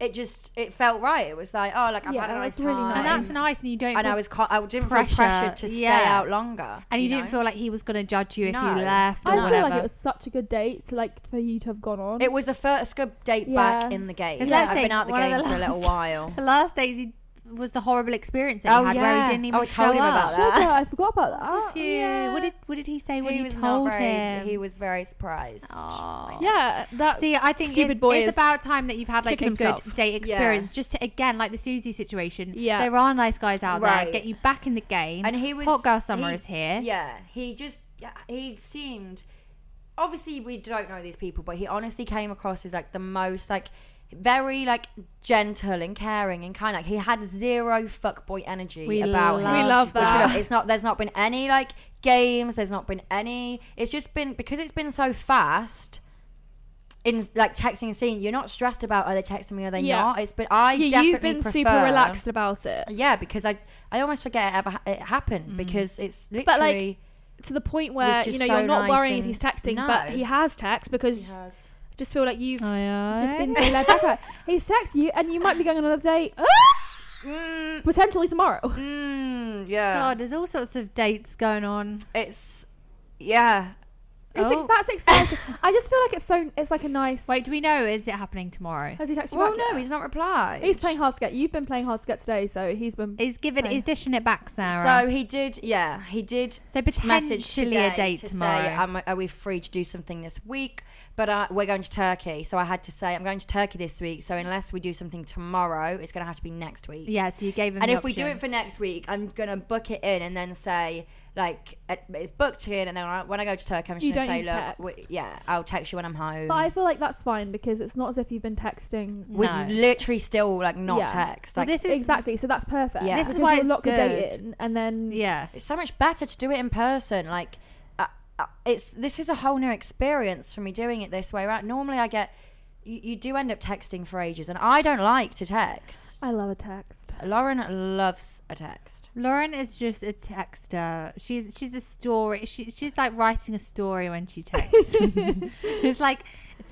S1: it just it felt right. It was like, oh, like I've
S3: Yeah,
S1: had a nice
S3: that's
S1: time,
S3: really nice.
S2: and that's nice, and you don't.
S1: and I
S2: feel-
S1: was con- I didn't feel
S2: Pressure,
S1: pressured to stay
S2: yeah.
S1: out longer,
S2: and you,
S1: know?
S2: didn't feel like he was going to judge you if
S1: No.
S2: you left or
S3: I feel
S2: whatever.
S3: like it was such a good date, to, like for you to have gone on.
S1: It was the first good date back
S3: Yeah.
S1: in the game.
S2: 'Cause
S1: Yeah,
S2: let's
S1: I've
S2: think,
S1: been out the
S2: one of
S1: game
S2: the
S1: for a little
S2: last-
S1: while.
S2: the last days he was the horrible experience that he
S1: Oh,
S2: had where
S1: yeah.
S2: he didn't even
S1: Oh, I
S2: show
S1: told him
S2: up.
S1: about that.
S3: Shut up, I forgot about that.
S2: Did you? What did What did he say when
S1: he
S2: you
S1: was
S2: told
S1: not very.
S2: him?
S1: He was very surprised.
S2: Aw.
S3: yeah, that
S2: See, I think
S3: stupid
S2: it's,
S3: boy
S2: it's
S3: is
S2: about time that you've had like a
S3: kicking
S2: good
S3: himself.
S2: date experience. Just to, again, like the Susie situation.
S3: Yeah.
S2: there are nice guys out there.
S1: Right.
S2: Get you back in the game.
S1: And he was
S2: hot girl summer
S1: he-
S2: is here.
S1: Yeah, he just yeah, he seemed. Obviously, we don't know these people, but he honestly came across as like the most like very like gentle and caring and kind. Like he had zero fuckboy energy
S2: We
S1: about him.
S2: love
S3: We love
S1: Which we
S3: that.
S1: don't- it's not. There's not been any like games. There's not been any. It's just been because it's been so fast. In like texting and seeing, you're not stressed about are they texting me? Are they
S3: Yeah.
S1: not? It's but I
S3: yeah,
S1: definitely
S3: you've been
S1: prefer,
S3: super relaxed about it
S1: Yeah, because I I almost forget it ever ha- it happened because it's literally
S3: like, to the point where you
S1: just
S3: know
S1: so
S3: you're not
S1: nice
S3: worrying
S1: and-
S3: if he's texting,
S1: No.
S3: but he has text because I
S1: has.
S3: just feel like you've
S2: Oh.
S3: just
S2: I
S3: been so laid back. Like, He's texting you, and you might be going on another date
S1: Mm,
S3: potentially tomorrow.
S1: mm, yeah.
S2: God, there's all sorts of dates going on.
S1: It's yeah.
S3: It's
S2: Oh.
S3: like, that's exciting. I just feel like it's so. It's like a nice.
S2: Wait, do we know? Is it happening tomorrow?
S3: has he texted you
S1: Well,
S3: back
S1: no,
S3: yet?
S1: he's not replied.
S3: He's playing hard to get. You've been playing hard to get today, so he's been.
S2: He's giving.
S3: Fine.
S2: He's dishing it back,
S1: So
S2: Sarah.
S1: he did. Yeah, he did.
S2: So,
S1: Message
S2: potentially
S1: today
S2: a date
S1: to
S2: tomorrow.
S1: Say, um, are we free to do something this week? But uh, we're going to Turkey, so I had to say I'm going to Turkey this week. So unless we do something tomorrow, it's going to have to be next week.
S2: yeah. So you gave him.
S1: And
S2: the
S1: if we do
S2: option.
S1: it for next week, I'm gonna book it in and then say like it- it's booked in, and then I- when I go to Turkey, I'm just
S3: You
S1: gonna
S3: don't
S1: say
S3: use
S1: look,
S3: text.
S1: we, yeah, I'll text you when I'm home.
S3: But I feel like that's fine because it's not as if you've been texting.
S1: With
S2: No.
S1: literally still like not
S3: Yeah.
S1: text.
S2: Well,
S1: Like
S2: this is
S3: exactly, so that's perfect.
S1: Yeah. This
S2: is
S3: Because
S2: why
S3: you're
S2: it's
S3: locked a date
S2: good.
S3: in, and then
S2: Yeah.
S1: it's so much better to do it in person. Like, uh, uh, it's this is a whole new experience for me doing it this way. Right? Normally, I get you, you do end up texting for ages, and I don't like to text.
S3: I love a text.
S1: Lauren loves a text.
S2: Lauren is just a texter. She's she's a story. She, she's like writing a story when she texts. it's like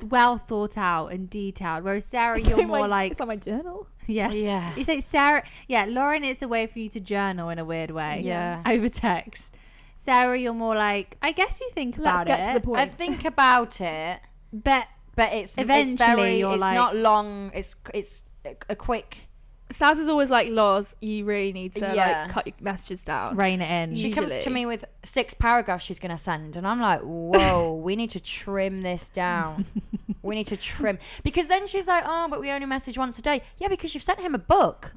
S2: well thought out and detailed. Whereas Sarah,
S3: It's
S2: you're
S3: my-
S2: more like
S3: it's on my journal.
S2: yeah.
S1: Yeah.
S2: You say Sarah, yeah. Lauren, it's a way for you to journal in a weird way.
S1: Yeah.
S2: over text. Sarah, you're more like I guess you think
S3: Let's
S2: about
S3: get
S2: it,
S3: to the point.
S1: I think about it,
S2: but
S1: but it's
S2: Eventually,
S1: it's very,
S2: you're
S1: it's
S2: like-
S1: not long. It's it's a, a quick.
S3: Saz is always like, Laws, you really need to
S1: Yeah.
S3: like cut your messages down.
S2: rein it in.
S1: She comes to
S3: Usually.
S1: me with six paragraphs she's going to send, and I'm like, whoa, we need to trim this down. we need to trim. Because then she's like, oh, but we only message once a day. Yeah, because you've sent him a book.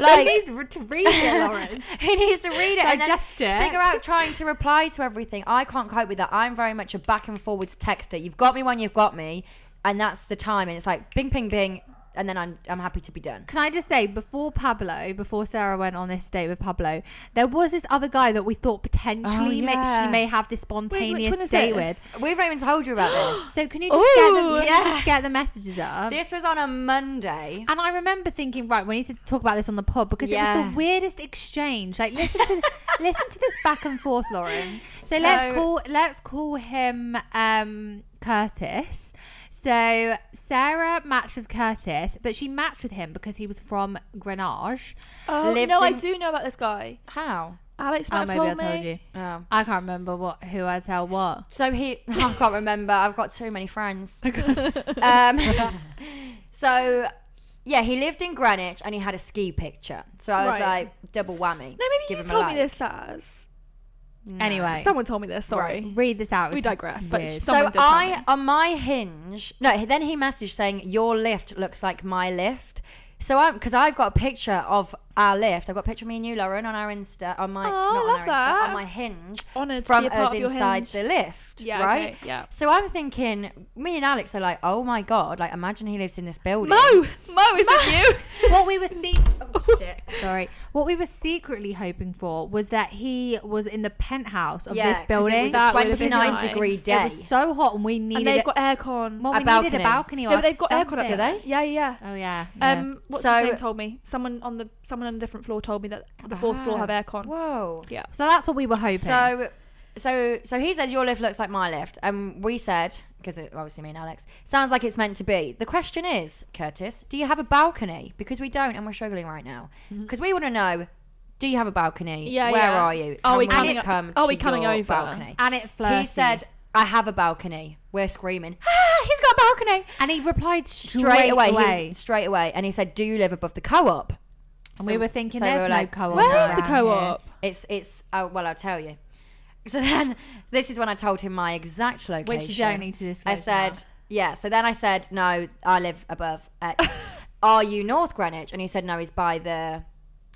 S1: like,
S2: needs to read it, Lauren.
S1: he needs to read it and then
S2: Digest it.
S1: figure out trying to reply to everything. I can't cope with that. I'm very much a back and forwards texter. You've got me when you've got me, and that's the time. And it's like, bing, ping, bing, and then I'm, I'm happy to be done.
S2: Can I just say, before Pablo, before Sarah went on this date with Pablo, there was this other guy that we thought potentially
S1: Oh,
S2: may-
S1: yeah.
S2: she may have this
S3: which
S2: spontaneous
S3: one is
S2: date
S3: this?
S2: with.
S1: We've not even told you about this.
S2: So can you just, get the,
S3: Ooh,
S2: can you just get the messages up?
S1: This was on a Monday.
S2: and I remember thinking, right, we need to talk about this on the pod because it was
S1: Yeah.
S2: the weirdest exchange. Like, listen to listen to this back and forth, Lauren. So, let's
S1: So-
S2: call let's call him um, Curtis. So Sarah matched with Curtis, but she matched with him because he was from Grenache.
S3: Oh,
S1: Lived
S3: no, I
S1: in-
S3: do know about this guy.
S1: How?
S3: Alex might
S2: Oh,
S3: have
S2: maybe
S3: told
S2: I told
S3: me.
S2: you.
S1: Oh.
S2: I can't remember what who I tell what.
S1: So he, I can't remember. I've got too many friends. um, so yeah, he lived in Greenwich and he had a ski picture. So I was
S3: Right.
S1: like double whammy.
S3: No, maybe
S1: Give
S3: you
S1: him a
S3: told me
S1: like.
S3: this, Saz.
S2: Anyway,
S3: Someone told me this, sorry.
S2: read this out.
S3: We
S2: It's
S3: digress, but
S2: weird.
S3: it's-
S1: So
S3: Someone did tell
S1: I
S3: me.
S1: on my hinge. No, then he messaged saying your lift looks like my lift. So I'm because I've got a picture of our lift. I've got a picture of me and you, Lauren, on our Insta, on my
S3: Oh,
S1: not on
S3: love
S1: our Insta,
S3: that.
S1: on my hinge
S3: Honoured to
S1: from
S3: be a part
S1: us
S3: of your
S1: inside
S3: Hinge.
S1: the lift.
S3: Yeah,
S1: right.
S3: okay, yeah.
S1: So I'm thinking, me and Alex are like, oh my god, like imagine he lives in this building.
S3: Mo! Mo, is it you?
S2: what we were se- oh, shit, sorry, what we were secretly hoping for was that he was was in the penthouse of
S1: Yeah,
S2: this
S1: 'cause
S2: building.
S1: It was a
S3: That would've been
S1: 29
S3: nice.
S1: degree
S2: It
S1: day.
S2: was so hot, and we needed
S3: and
S2: a-
S3: they've got aircon.
S2: well,
S1: a
S2: we needed
S1: balcony.
S2: a balcony. Or
S3: yeah, but they've got aircon up
S2: something.
S1: Do they?
S3: Yeah, yeah.
S2: Oh yeah. yeah.
S3: Um, what's
S1: So-
S3: his name told me? Someone on the someone on a different floor told me that the fourth floor
S1: Ah.
S3: have aircon.
S1: Whoa.
S3: Yeah.
S2: so that's what we were hoping.
S1: So so so he said your lift looks like my lift, and we said because it obviously me and Alex sounds like it's meant to be. The question is, Curtis, do you have a balcony? Because we don't, and we're struggling right now because we want to know. Do you have a balcony?
S3: Yeah,
S1: Where
S3: yeah.
S1: are you?
S3: Are we
S1: Can
S3: coming- are we
S1: to
S3: coming
S1: your
S3: over?
S1: Balcony?
S2: And it's flirty.
S1: He said, "I have a balcony." We're screaming. Ah, he's got a balcony
S2: and he replied
S1: straight, away. he was- straight away, and he said, "Do you live above the co-op?"
S2: And we were thinking,
S1: so we
S2: there's
S1: were
S2: no
S1: like,
S2: co-op.
S1: "Where
S2: around
S1: is
S4: the
S2: here."
S4: co-op?
S1: It's it's oh, well, I'll tell you. So then, this is when I told him my exact location,
S2: Which you don't need to disclose.
S1: I said, "Yeah." So then I said, "No, I live above." X. Are you North Greenwich? And he said, "No, he's by the,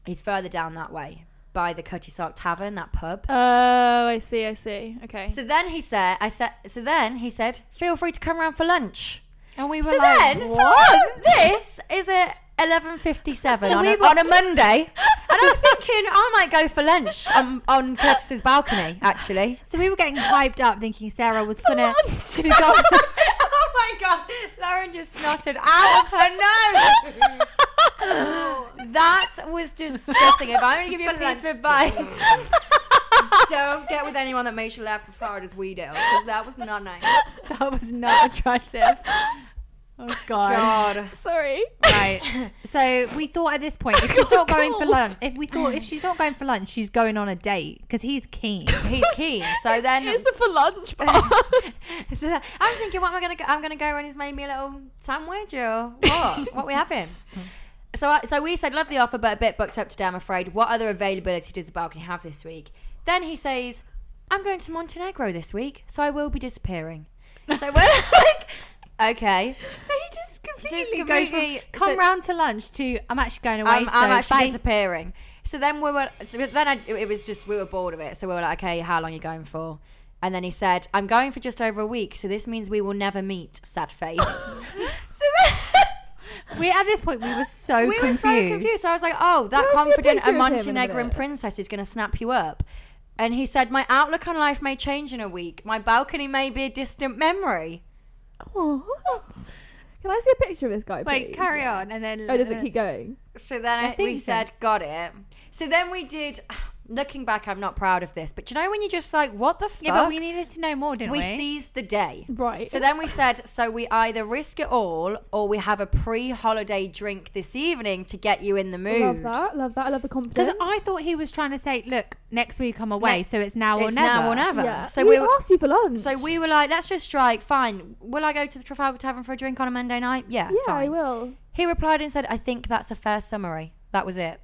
S1: he's further down that way, by the Cutty Sark Tavern, that pub."
S4: Oh, I see. I see. Okay.
S1: So then he said, "I said." So then he said, "Feel free to come around for lunch."
S2: now. and we were
S1: So
S2: like,
S1: then,
S2: what?
S1: for- this is at eleven fifty-seven on,
S4: We
S1: a,
S4: were-
S1: on a Monday, and I'm thinking I might go for lunch on, on Curtis's balcony. Actually,
S2: So we were getting hyped up, thinking Sarah was gonna. gonna go.
S1: oh my god, Lauren just snotted out of her nose. that was disgusting. If I'm going to give you a
S2: For
S1: piece
S2: lunch.
S1: of advice, don't get with anyone that makes you laugh as hard as we do, because that was not nice.
S2: that was not attractive. Oh God.
S1: God.
S4: Sorry.
S2: Right. So we thought at this point, if she's not going for
S4: cold.
S2: lunch, if we thought if she's not going for lunch, she's going on a date because he's keen.
S1: He's keen. So then
S4: It's the for lunch part.
S1: So I'm thinking, what am I gonna? Go? I'm gonna go and he's made me a little sandwich or what? what we having? So, I, so we said, love the offer, but a bit booked up today. I'm afraid. What other availability does the balcony have this week? Then he says, I'm going to Montenegro this week, so I will be disappearing. So we're like, okay,
S2: So he just completely,
S1: Just
S2: goes
S1: completely-
S2: from come
S1: so-
S2: round to lunch to I'm actually going away.
S1: I'm,
S2: so
S1: I'm actually
S2: bye."
S1: disappearing. So then we were. So then I, it was just we were bored of it. So we were like, okay, how long are you going for? And then he said, I'm going for just over a week, so this means we will never meet. Sad face. so then.
S2: we at this point we were so
S1: we
S2: confused.
S1: were so confused. So I was like, "Oh, that
S4: Where's your
S1: confident
S4: picture
S1: and
S4: of him in a
S1: Montenegrin
S4: minute?
S1: princess is going to snap you up." And he said, "My outlook on life may change in a week. My balcony may be a distant memory."
S4: Oh. Can I see a picture of this guy?
S2: Wait,
S4: please?
S2: carry on, and then
S4: Oh, does it keep going?
S1: So then
S2: I
S1: I we
S2: think so.
S1: said, "Got it." So then we did. Looking back, I'm not proud of this, but do you know when you're just like, "What the fuck?"
S2: Yeah, but we needed to know more, didn't we?
S1: we seized the day.
S4: Right.
S1: So then we said, so we either risk it all or we have a pre-holiday drink this evening to get you in the mood.
S4: love that. Love that. I love the confidence.
S2: Because I thought he was trying to say, "Look, next week I'm away,
S1: Ne-
S2: so it's now or
S1: It's
S2: never."
S1: now or never.
S4: yeah.
S1: So
S4: He
S1: we were,
S4: asked you for lunch.
S1: So we were like, let's just strike. Fine. Will I go to the Trafalgar Tavern for a drink on a Monday night? Yeah,
S4: yeah,
S1: fine.
S4: I will.
S1: He replied and said, I think that's a fair summary. That was it.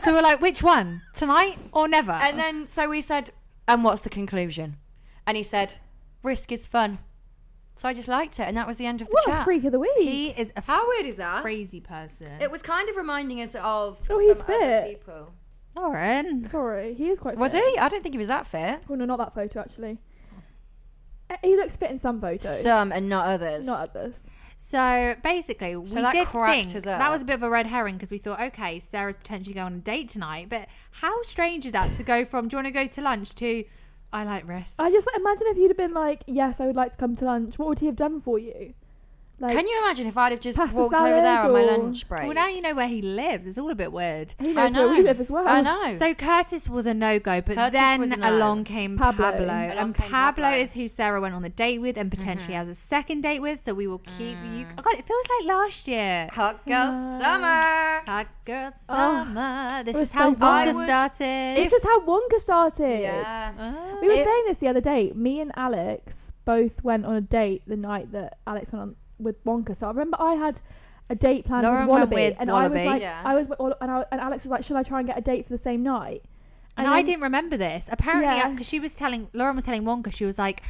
S2: So we're like, "Which one? Tonight or never?"
S1: and then, so we said, and what's the conclusion? And he said, risk is fun. So I just liked it. And that was the end of the
S4: What a
S1: chat.
S4: freak of the week.
S2: he is a
S1: How weird is that?
S2: crazy person.
S1: It was kind of reminding us of
S4: Oh, he's
S1: some other
S4: fit.
S1: people.
S2: Lauren.
S4: Sorry, he is quite.
S1: Was
S4: fit.
S1: he? I don't think he was that fit.
S4: Oh no, not that photo actually. Uh, He looks fit in some photos,
S1: Some and not others.
S4: not others.
S2: So basically, we
S1: that
S2: did
S1: cracked
S2: think
S1: us up.
S2: that was a bit of a red herring because we thought, okay, Sarah's potentially going on a date tonight. But how strange is that to go from? Do you want to go to lunch? To I like risks.
S4: I just like, imagine if you'd have been like, "Yes, I would like to come to lunch." What would he have done for you? Like,
S1: Can you imagine if I'd have just
S4: Pasta
S1: walked over there on my
S4: salad or-
S1: lunch break?
S2: Well, now you know where he lives. It's all a bit weird.
S4: he
S1: I
S4: knows
S1: know.
S4: where we live as well.
S1: I know.
S2: So Curtis was a no go, but
S1: Curtis was a
S2: then
S1: no.
S2: along came Pablo,
S4: Pablo.
S1: Along
S2: and
S1: came
S2: Pablo,
S1: Pablo.
S2: is who Sarah went on the date with, and potentially has a second date with. So we will keep you. Oh God, it feels like last year.
S1: Hot girl summer.
S2: Hot girl
S4: Oh,
S2: summer. this
S4: it
S2: is
S4: was
S2: how
S4: so bad.
S1: I
S2: Wonka
S1: would-
S2: started.
S4: This is how Wonka started.
S1: Yeah.
S2: Oh.
S4: We were
S1: It-
S4: saying this the other day. Me and Alex both went on a date the night that Alex went on with Wonka. So I remember I had a date planned
S2: Lauren
S4: with
S2: went
S4: Wallaby,
S2: with
S4: and I
S2: Wallaby.
S4: was like,
S1: Yeah.
S4: I was, and, I, and Alex was like, "Should I try and get a date for the same night?"
S2: And I didn't remember this. Apparently,
S4: Yeah.
S2: because she was telling Lauren was telling Wonka, she was like,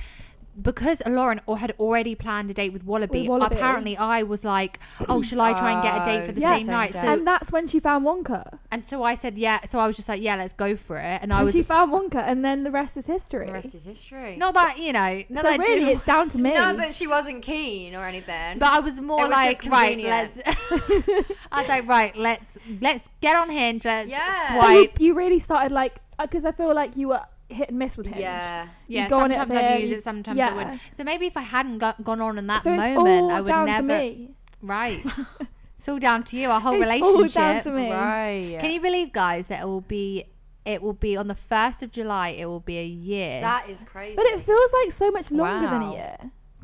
S2: because Lauren or had already planned a date with Wallaby.
S4: With Wallaby.
S2: Apparently, I was like, oh, shall I try and get a date for the
S4: Oh,
S1: same
S2: same night?
S1: day.
S2: So
S4: and that's when she found Wonka.
S2: and so I said yeah. So I was just like, yeah, let's go for it. And I
S4: And
S2: was
S4: she found Wonka, and then the rest is history.
S1: The rest is history.
S2: not that you know, not
S4: so
S2: that I
S4: really,
S2: didn't-
S4: it's down to me.
S1: Not that she wasn't keen or anything.
S2: But I was
S1: It
S2: more
S1: was
S2: like,
S1: just
S2: right, let's.
S1: convenient.
S2: I was like, right, let's let's get on Hinge. Let's
S1: Yeah.
S4: So you,
S2: swipe.
S4: you really started like because I feel like you were hit and miss with him.
S1: yeah.
S2: Yeah,
S4: go on it
S2: sometimes
S4: there,
S2: I'd use
S4: you-
S2: it, sometimes I
S4: yeah.
S2: wouldn't. So maybe if I hadn't go- gone on in that
S4: So it's
S2: moment,
S4: all
S2: I would
S4: down
S2: never.
S4: to me.
S2: Right. it's all down to you, our whole
S4: It's all
S2: relationship.
S4: down to me.
S1: Right.
S2: Can you believe, guys, that it will be It will be on the 1st of July, it will be a year.
S1: That is crazy.
S5: But it feels like so much longer than
S1: Wow.
S5: a year.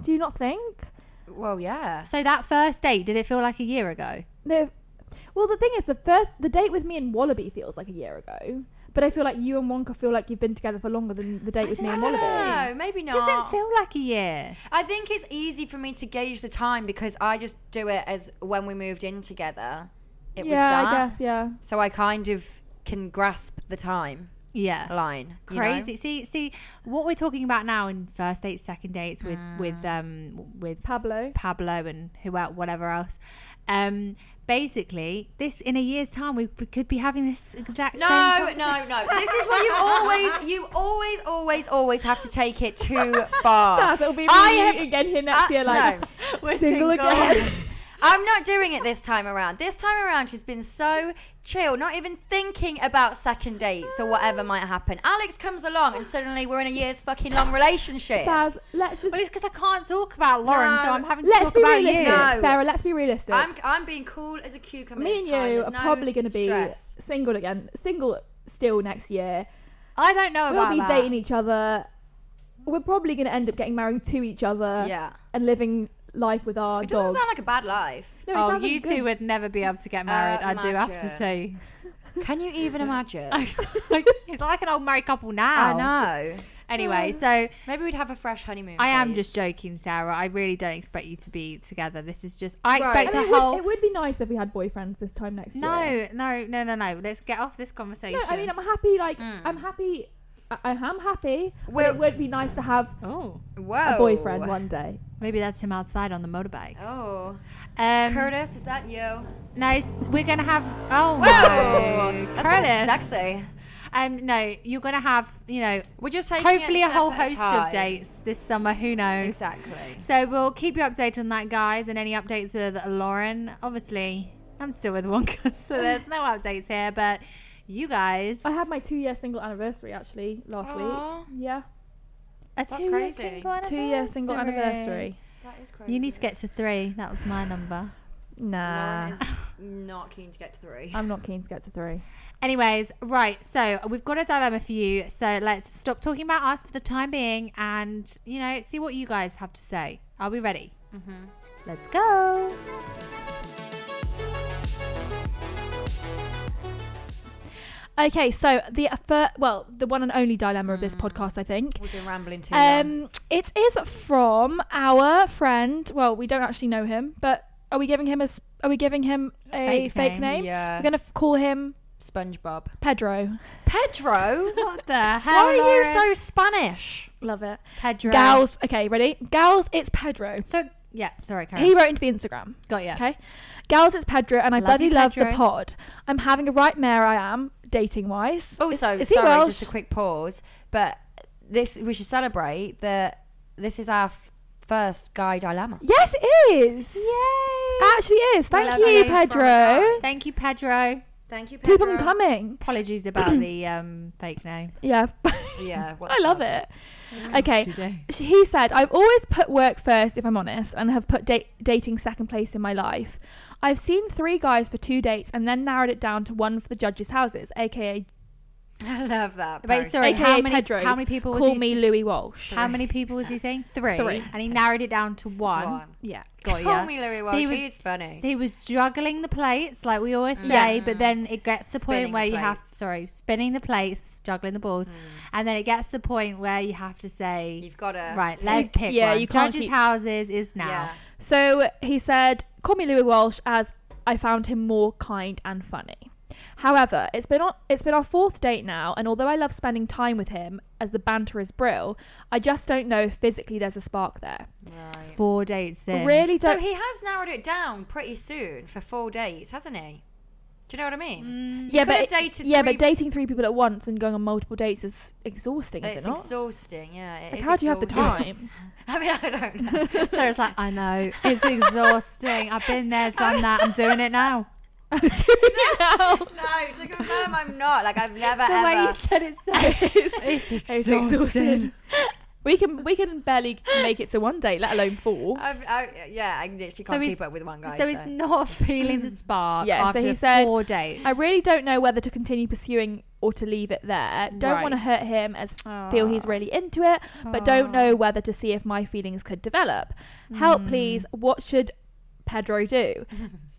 S5: Do you not think?
S1: well, yeah.
S2: so that first date, did it feel like a year ago?
S5: No. Well, the thing is, the first the date with me and Wallaby feels like a year ago. But I feel like you and Wonka feel like you've been together for longer than the date with me
S1: I
S5: and
S1: don't
S5: Wallaby.
S1: know. Maybe not.
S2: Does it feel like a year?
S1: I think it's easy for me to gauge the time because I just do it as when we moved in together. It
S3: yeah,
S1: was
S3: I
S1: that.
S3: guess. Yeah.
S1: So I kind of can grasp the time
S2: Yeah.
S1: line. you know?
S2: Crazy. See, see what we're talking about now in first dates, second dates with with um with
S5: Pablo.
S2: Pablo and who else, whatever else. Um, basically, this in a year's time, we, we could be having this exact same.
S1: No, no, no. This is what you always, you always, always, always have to take it too far.
S3: Saz, it'll be me
S1: I
S3: and
S1: have-
S3: you again here next
S1: Uh,
S3: year, like
S1: no.
S2: we're
S3: single again.
S1: I'm not doing it this time around. This time around, she's been so chill, not even thinking about second dates or whatever might happen. Alex comes along and suddenly we're in a year's fucking long relationship.
S3: Saz, let's just
S2: Well, it's because I can't talk about Lauren,
S1: No.
S2: so I'm having to
S3: let's
S2: talk
S3: be
S2: about you.
S3: realistic,
S1: No.
S3: Sarah. Let's be realistic.
S1: I'm, I'm being cool as a cucumber.
S3: me
S1: this
S3: and you
S1: time. There's
S3: are
S1: no
S3: probably going to be
S1: stress.
S3: single again, single still next year.
S2: I don't know
S3: we'll
S2: about
S3: be
S2: that.
S3: dating each other. We're probably going to end up getting married to each other
S1: Yeah.
S3: and living life with our
S1: It doesn't
S3: dogs.
S1: sound like a bad life.
S3: No, it
S2: Oh,
S3: sounds like
S2: you
S3: a
S2: two
S3: good-
S2: would never be able to get married. I do have to
S1: imagine.
S2: say,
S1: Can you even imagine?
S2: like, it's like an old married couple now.
S1: I know.
S2: Anyway, so
S1: Maybe we'd have a fresh honeymoon.
S2: I am
S1: phase.
S2: just joking, Sarah. I really don't expect you to be together. This is just I
S1: Right.
S2: expect
S3: I mean,
S2: a
S3: it,
S2: whole.
S3: would, it would be nice if we had boyfriends this time next year.
S2: no, no, no, no, no. Let's get off this conversation.
S3: No, I mean I'm happy. Like I'm happy. I, I am happy. But
S1: We're-
S3: it would be nice to have
S2: oh,
S1: Whoa.
S3: a boyfriend one day.
S2: maybe that's him outside on the motorbike.
S1: Oh.
S2: Um,
S1: Curtis, is that you?
S2: no, s- we're gonna have. Oh,
S1: Whoa!
S2: no,
S1: That's kinda
S2: Curtis.
S1: sexy.
S2: Um, no, you're gonna have. You know,
S1: We're just taking
S2: hopefully
S1: it
S2: a
S1: step
S2: whole
S1: at
S2: host
S1: time.
S2: of dates this summer. Who knows?
S1: Exactly.
S2: So we'll keep you updated on that, guys, and any updates with Lauren. Obviously, I'm still with Wonka, so there's no updates here. But you guys,
S3: I had my two year single anniversary actually last
S1: Aw.
S3: week. Yeah,
S2: a
S1: That's
S2: two-year
S1: crazy.
S2: single
S3: two year single anniversary.
S1: That is crazy.
S2: You need to get to three. That was my number.
S3: Nah,
S1: Lauren is not keen to get to three.
S3: I'm not keen to get to three.
S2: Anyways, right. So we've got a dilemma for you. So let's stop talking about us for the time being, and you know, see what you guys have to say. Are we ready? Let's go.
S3: Okay, so the fir- well, the one and only dilemma of this podcast, I think.
S1: We've been rambling too long.
S3: Um, it is from our friend. Well, we don't actually know him, but are we giving him a? s- Are we giving him a
S2: Fake
S3: fake,
S2: name,
S3: name?
S1: yeah.
S3: We're gonna f- call him
S1: uh, SpongeBob.
S3: Pedro.
S1: Pedro?
S2: What the hell?
S1: Why are you so
S2: Lauren?
S1: Spanish?
S3: Love it.
S2: Pedro?
S3: Gals. Okay, ready? Gals. It's Pedro.
S2: So yeah, sorry, Karen.
S3: He wrote into the Instagram.
S2: got you.
S3: Okay. Gals, it's Pedro, and I
S2: Love
S3: bloody
S2: you,
S3: love the
S2: Pedro.
S3: pod. I'm having a right mare, I am, dating wise.
S1: Also,
S3: is, is he
S1: Oh, sorry,
S3: Welsh?
S1: just a quick pause, but this we should celebrate that this is our f- first guy dilemma.
S3: Yes, it is.
S2: Yay!
S3: Actually, is. Thank
S2: love
S3: you,
S2: you from
S3: Pedro.
S2: Thank you, Pedro.
S1: Thank you, Pedro.
S3: Keep on coming.
S2: Apologies about the um, fake name.
S3: Yeah.
S1: Yeah, what's
S3: I love
S1: up?
S3: it. Okay.
S2: You do.
S3: Sh- He said, I've always put work first, if I'm honest, and have put da- dating second place in my life. I've seen three guys for two dates and then narrowed it down to one for the judges' houses, aka,
S1: I love that.
S2: Wait,
S1: post.
S2: sorry.
S3: AKA
S2: how many?
S3: Pedro's.
S2: How many people? Was
S3: call
S2: he,
S3: me Louis Walsh.
S2: How many people was he saying? Three.
S3: Three.
S2: And he narrowed it down to one.
S1: One.
S3: Yeah.
S2: Got
S1: Call
S2: ya.
S1: me Louis
S2: So he
S1: Walsh.
S2: was-
S1: He's funny.
S2: So he was juggling the plates, like we always say, but
S3: Mm.
S2: then it gets to the
S1: Mm.
S2: point
S1: Spinning
S2: where
S1: the
S2: you have
S1: plates. Mm.
S2: sorry, spinning the plates, juggling the balls, and then it gets to the point where you have to say,
S1: You've got to.
S2: right, let's pick
S3: yeah,
S2: one.
S3: you can't
S2: Judges'
S3: keep-
S2: houses is now.
S1: Yeah.
S3: So he said, "Call me Louis Walsh," as I found him more kind and funny. However, it's been on, it's been our fourth date now, and although I love spending time with him, as the banter is brill, I just don't know if physically there's a spark there.
S1: Right.
S2: Four dates in.
S3: Really
S1: So
S3: don't.
S1: he has narrowed it down pretty soon for four dates, hasn't he? Do you know what I mean?
S3: yeah,
S1: could
S3: but
S1: have
S3: it-
S1: dated
S3: yeah,
S1: three-
S3: but dating three people at once and going on multiple dates is exhausting, is
S1: It's
S3: it not?
S1: exhausting. Yeah, it
S3: like,
S1: is
S3: how do you have the
S1: exhausting.
S3: time?
S1: I mean, I don't know.
S2: So it's like, I know, it's exhausting. I've been there, done that. I'm doing it now.
S3: Now.
S1: no, to confirm, I'm not. Like I've never
S2: the way
S1: ever.
S2: you said it, it's, exhausting.
S3: we can we can barely make it to one date, let alone four.
S1: I've, I, yeah, I literally can't
S2: he's-
S1: keep up with one guy.
S2: So it's not feeling the spark
S3: Yeah, so
S2: after
S3: he said-
S2: four dates.
S3: I really don't know whether to continue pursuing or to leave it there. Don't want to
S2: Right.
S3: hurt him as
S1: Ah.
S3: feel he's really into it, but don't know whether to see if my feelings could develop.
S1: Hmm.
S3: Help, please. What should Pedro do?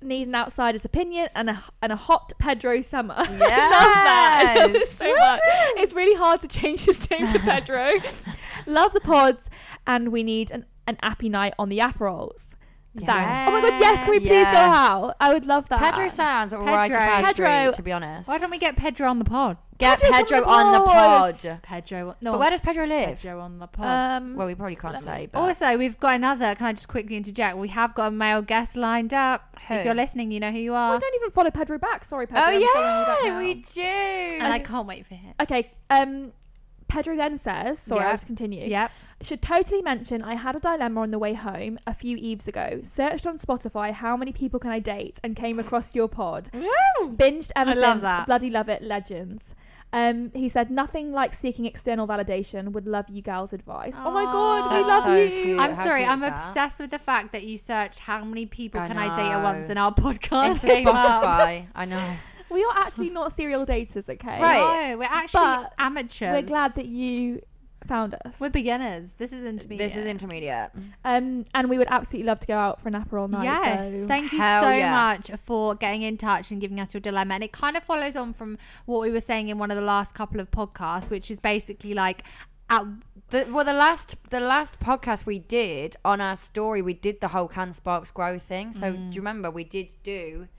S3: Need an outsider's opinion and a and a hot Pedro summer. I love that. I love this so much. It's really hard to change his name to Pedro. love the pods, and we need an an appy night on the Aperols. Thanks. Oh my god, yes, can we please
S1: Yeah.
S3: go out? I would love that.
S1: Pedro sounds right
S2: Pedro.
S1: up our
S3: Pedro.
S1: street, to be honest.
S2: Why don't we get Pedro on the pod?
S1: get Pedro
S3: Pedro's
S1: on the pod?
S2: Pedro, no,
S1: But where does Pedro live?
S2: Pedro Oh, on the pod?
S3: Um,
S1: Well, we probably can't say. But
S2: Uh, Also, we've got another. Can I just quickly interject? We have got a male guest lined up. If
S1: Who?
S2: you're listening, you know who you
S3: I
S2: are.
S3: don't even follow Pedro back. Sorry, Pedro.
S1: oh
S3: I'm following you back
S1: yeah,
S3: now.
S1: we do.
S2: and I can't wait for him.
S3: Okay. Um, Pedro then says, sorry,
S2: Yeah.
S3: I'll just continue.
S2: Yep.
S3: Should totally mention I had a dilemma on the way home a few eves ago. Searched on Spotify how many people can I date and came across your pod. Binged ever
S2: I love
S3: since.
S2: that.
S3: Bloody love it. Legends. Um, he said nothing like seeking external validation. Would love you gals' advice. Oh my god, we
S1: That's
S3: love
S1: so
S3: you.
S1: cute.
S2: I'm
S1: How
S2: sorry.
S1: cute
S2: I'm
S1: is that?
S2: obsessed with the fact that you search how many people
S1: I
S2: can I date at
S1: know.
S2: once, and our podcast
S1: Into
S2: came up.
S1: Spotify. I know.
S3: We are actually not serial daters, okay?
S1: Right.
S2: No, we're actually
S3: But
S2: amateurs.
S3: We're glad that you found us.
S2: we're beginners. This is intermediate.
S1: This is intermediate.
S3: Um, and we would absolutely love to go out for an apéro night.
S2: Yes,
S3: so-
S2: thank you
S1: Hell
S2: so
S1: yes.
S2: much for getting in touch and giving us your dilemma. And it kind of follows on from what we were saying in one of the last couple of podcasts, which is basically like, at,
S1: The, well, the last the last podcast we did on our story, we did the whole Can Sparks Grow thing. So
S2: Mm.
S1: do you remember we did do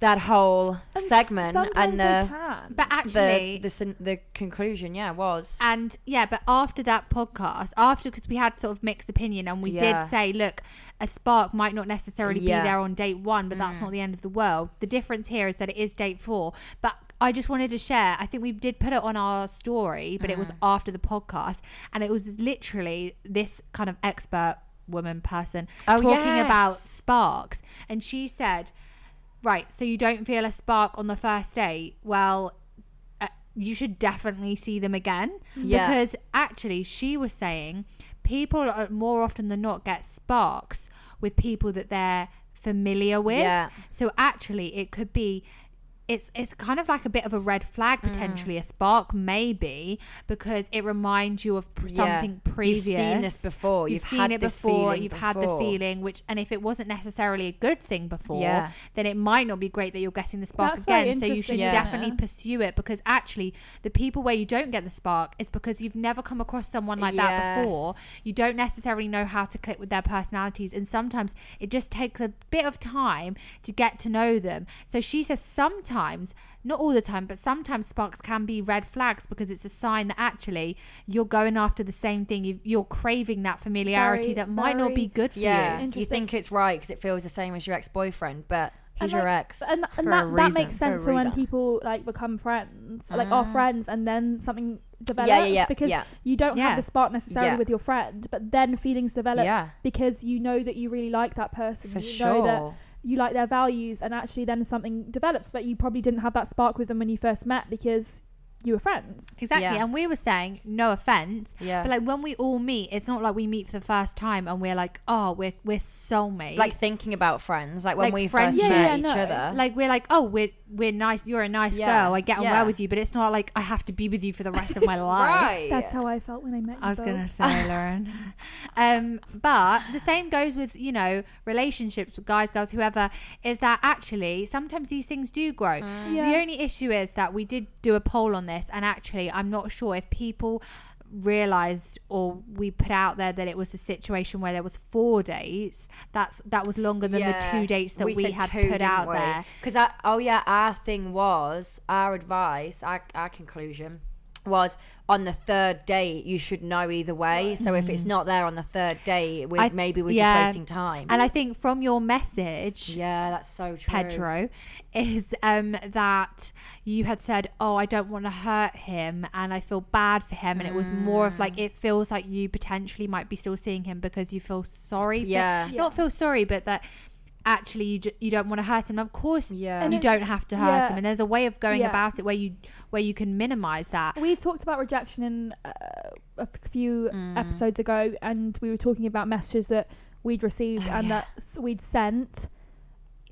S1: that whole segment
S3: Sometimes
S1: and uh,
S3: they
S1: the
S3: can.
S2: but actually,
S1: the, the sen- the conclusion, yeah, was
S2: and yeah, but after that podcast, after because we had sort of mixed opinion, and we
S1: Yeah.
S2: did say, look, a spark might not necessarily
S1: Yeah. Mm.
S2: be there on date one, but that's not the end of the world. The difference here is that it is date four, but. I just wanted to share. I think we did put it on our story, but it
S1: Mm.
S2: was after the podcast, and it was literally this kind of expert woman person
S1: Oh,
S2: talking about
S1: yes.
S2: sparks, and she said, "Right, so you don't feel a spark on the first date? Well, uh, you should definitely see them again
S1: Yeah.
S2: because actually she was saying people are, more often than not get sparks with people that they're familiar with
S1: Yeah.
S2: so actually it could be it's it's kind of like a bit of a red flag
S1: Mm.
S2: potentially a spark maybe because it reminds you of pr-
S1: Yeah.
S2: something
S1: You've
S2: previous
S1: seen this before.
S2: you've,
S1: You've
S2: seen
S1: had
S2: it
S1: this
S2: before
S1: feeling
S2: you've had the
S1: before.
S2: feeling which and if it wasn't necessarily a good thing before
S1: Yeah.
S2: then it might not be great that you're getting the spark
S3: That's very
S2: again so you should
S3: interesting,
S1: Yeah.
S2: definitely
S3: yeah.
S2: pursue it because actually the people where you don't get the spark is because you've never come across someone like that before
S1: Yes.
S2: you don't necessarily know how to click with their personalities and sometimes it just takes a bit of time to get to know them so she says sometimes not all the time but sometimes sparks can be red flags because it's a sign that actually you're going after the same thing you, you're craving that familiarity
S3: Very,
S2: that might not be
S3: very-
S2: good for
S1: yeah,
S2: you
S1: you
S3: Interesting.
S1: think it's right because it feels the same as your ex boyfriend, but he's
S3: And,
S1: your
S3: like,
S1: ex.
S3: and,
S1: for
S3: and that,
S1: a
S3: that
S1: reason,
S3: makes
S1: for
S3: sense
S1: a
S3: for when
S1: reason.
S3: people like become friends, like are friends, and then something develops
S1: yeah, yeah,
S3: because
S1: yeah.
S3: you don't
S2: Yeah.
S3: have the spark necessarily
S1: Yeah.
S3: with your friend, but then feelings develop
S1: Yeah,
S3: because you know that you really like that person,
S1: for
S3: you
S1: sure.
S3: know that you like their values, and actually then something develops, but you probably didn't have that spark with them when you first met because you were friends.
S2: Exactly.
S1: Yeah.
S2: And we were saying, no offense,
S1: Yeah.
S2: but like when we all meet, it's not like we meet for the first time and we're like, oh, we're we're soulmates.
S1: like thinking about friends, like when
S2: Like
S1: we
S2: friends-
S1: first
S2: Yeah,
S1: met
S3: yeah,
S1: each
S3: no.
S1: other.
S2: like we're like, oh, we're we're nice. You're a nice
S1: Yeah.
S2: girl. I get on
S1: Yeah.
S2: well with you, but it's not like I have to be with you for the rest of my life.
S1: right.
S3: That's how I felt when I met you.
S2: I was
S3: both.
S2: gonna say, Lauren. um, but the same goes with you know relationships with guys, girls, whoever. Is that actually sometimes these things do grow.
S1: Mm.
S3: Yeah.
S2: The only issue is that we did do a poll on this, and actually, I'm not sure if people realized or we put out there that it was a situation where there was four dates. That's that was longer than the two dates that we, had put out there.
S1: Because oh yeah, our thing was our advice, our our conclusion was on the third date you should know either way. So if it's not there on the third date, we
S2: Mm-hmm. I-
S1: maybe we're
S2: yeah.
S1: just wasting time.
S2: And I think from your message,
S1: yeah, that's so true.
S2: Pedro is um that you had said, "Oh, I don't want to hurt him and I feel bad for him." And it was more of like it feels like you potentially might be still seeing him because you feel sorry. for-
S1: Yeah.
S2: Not feel sorry, but that actually you ju- you don't want to hurt him. Of course,
S1: Yeah.
S3: And
S2: you
S3: it's-
S2: don't have to hurt
S3: yeah.
S2: him. And there's a way of going
S3: Yeah.
S2: about it where you where you can minimize that.
S3: we talked about rejection in uh, a few
S1: Mm.
S3: episodes ago and we were talking about messages that we'd received
S1: Oh,
S3: and
S1: yeah.
S3: that that s- we'd sent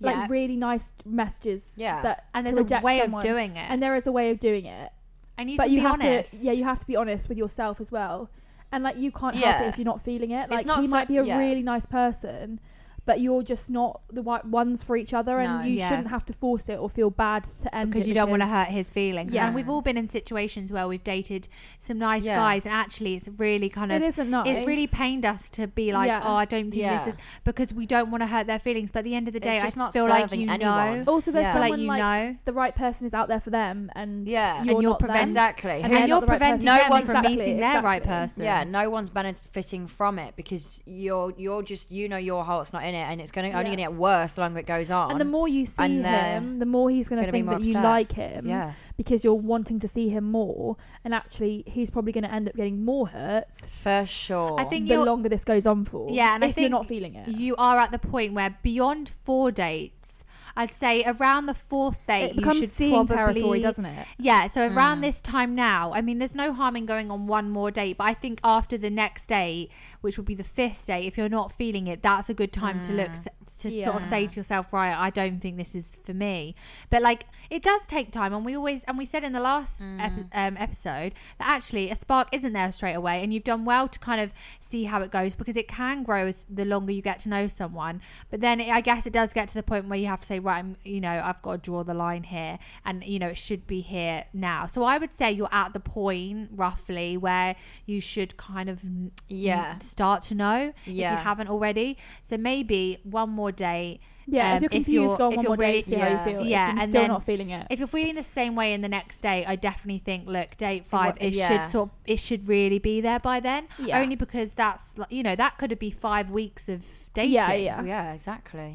S1: Yeah.
S4: like really nice messages.
S1: Yeah.
S4: That
S2: and
S4: to
S2: there's a
S4: reject
S2: way
S4: someone.
S2: of doing it.
S4: and there is a way of doing it.
S2: and you
S4: but
S2: can
S4: you
S2: be
S4: have
S2: honest.
S4: to, yeah, you have to be honest with yourself as well. And like you can't
S1: Yeah.
S4: help it if you're not feeling it.
S1: It's
S4: Like
S1: not
S4: he
S1: so-
S4: might be a
S1: yeah.
S4: really nice person, but you're just not the right ones for each other, and
S1: No.
S4: you
S2: Yeah.
S4: shouldn't have to force it or feel bad to end
S2: because
S4: it
S2: you don't want to
S4: because-
S2: hurt his feelings.
S4: Yeah.
S2: And we've all been in situations where we've dated some nice
S1: Yeah.
S2: guys, and actually, it's really kind of
S4: It isn't nice.
S2: it's really pained us to be like,
S4: Yeah.
S2: oh, I don't think
S1: Yeah.
S2: this is because we don't want to hurt their feelings. But at the end of the
S1: It's
S2: day, I
S1: just not
S2: feel like
S1: serving
S2: you
S1: anyone.
S2: know,
S4: Also, there's
S1: Yeah.
S2: feel
S4: someone
S2: like you
S4: like
S2: know,
S4: the right person is out there for them, and
S1: Yeah. And
S4: you're,
S2: and you're
S4: not them.
S2: preventing,
S1: Exactly.
S2: and,
S4: they're
S2: you're
S4: not the right
S2: preventing
S4: person. No
S2: them
S4: one-
S2: from
S4: Exactly,
S2: meeting their right
S4: exactly.
S2: person.
S1: Yeah, no one's benefiting from it because you're you're just you know your heart's not in it, and it's going to only
S4: Yeah.
S1: going to get worse the longer it goes on.
S4: And the more you see
S1: And they're
S4: him, the more he's going
S1: gonna
S4: to
S1: be
S4: think
S1: more
S4: that you
S1: upset.
S4: like him
S1: yeah,
S4: because you're wanting to see him more. And actually, he's probably going to end up getting more hurt
S1: for sure.
S2: I think
S4: the
S2: you're
S4: longer this goes on for.
S2: Yeah, and I
S4: if you're
S2: think
S4: not feeling it,
S2: you are at the point where beyond four dates, I'd say around the fourth date,
S4: it
S2: you
S4: becomes
S2: should
S4: seeing
S2: probably
S4: territory, doesn't it? Mm.
S2: Yeah, so around this time now, I mean, there's no harm in going on one more date, but I think after the next date, which would be the fifth date, if you're not feeling it, that's a good time to look
S4: Mm.
S2: s- to sort of say to yourself, right, I don't think this is for me. But like, it does take time, and we always and we said in the last epi- um, episode that actually a spark isn't there straight away, and you've done well to kind of see how it goes because it can grow as the longer you get to know someone. But then it, I guess it does get to the point where you have to say, right, I'm, you know, I've got to draw the line here, and you know, it should be here now. So I would say you're at the point roughly where you should kind of n-
S1: Yeah.
S2: start to know if
S1: Yeah.
S2: you haven't already. So maybe one more day.
S4: Yeah,
S2: um,
S4: if you're confused, go on
S2: if
S4: one
S2: you're
S4: more
S2: really-
S4: day, see
S1: yeah,
S4: how you feel.
S2: yeah,
S4: if you're
S2: and
S4: still
S2: then-
S4: not feeling it.
S2: if you're feeling the same way in the next day, I definitely think look, date five,
S1: Wha-
S2: it
S1: yeah.
S2: should sort of, it should really be there by then.
S4: Yeah.
S2: Only because that's like, you know that could be five weeks of dating.
S4: yeah, yeah,
S1: yeah, exactly.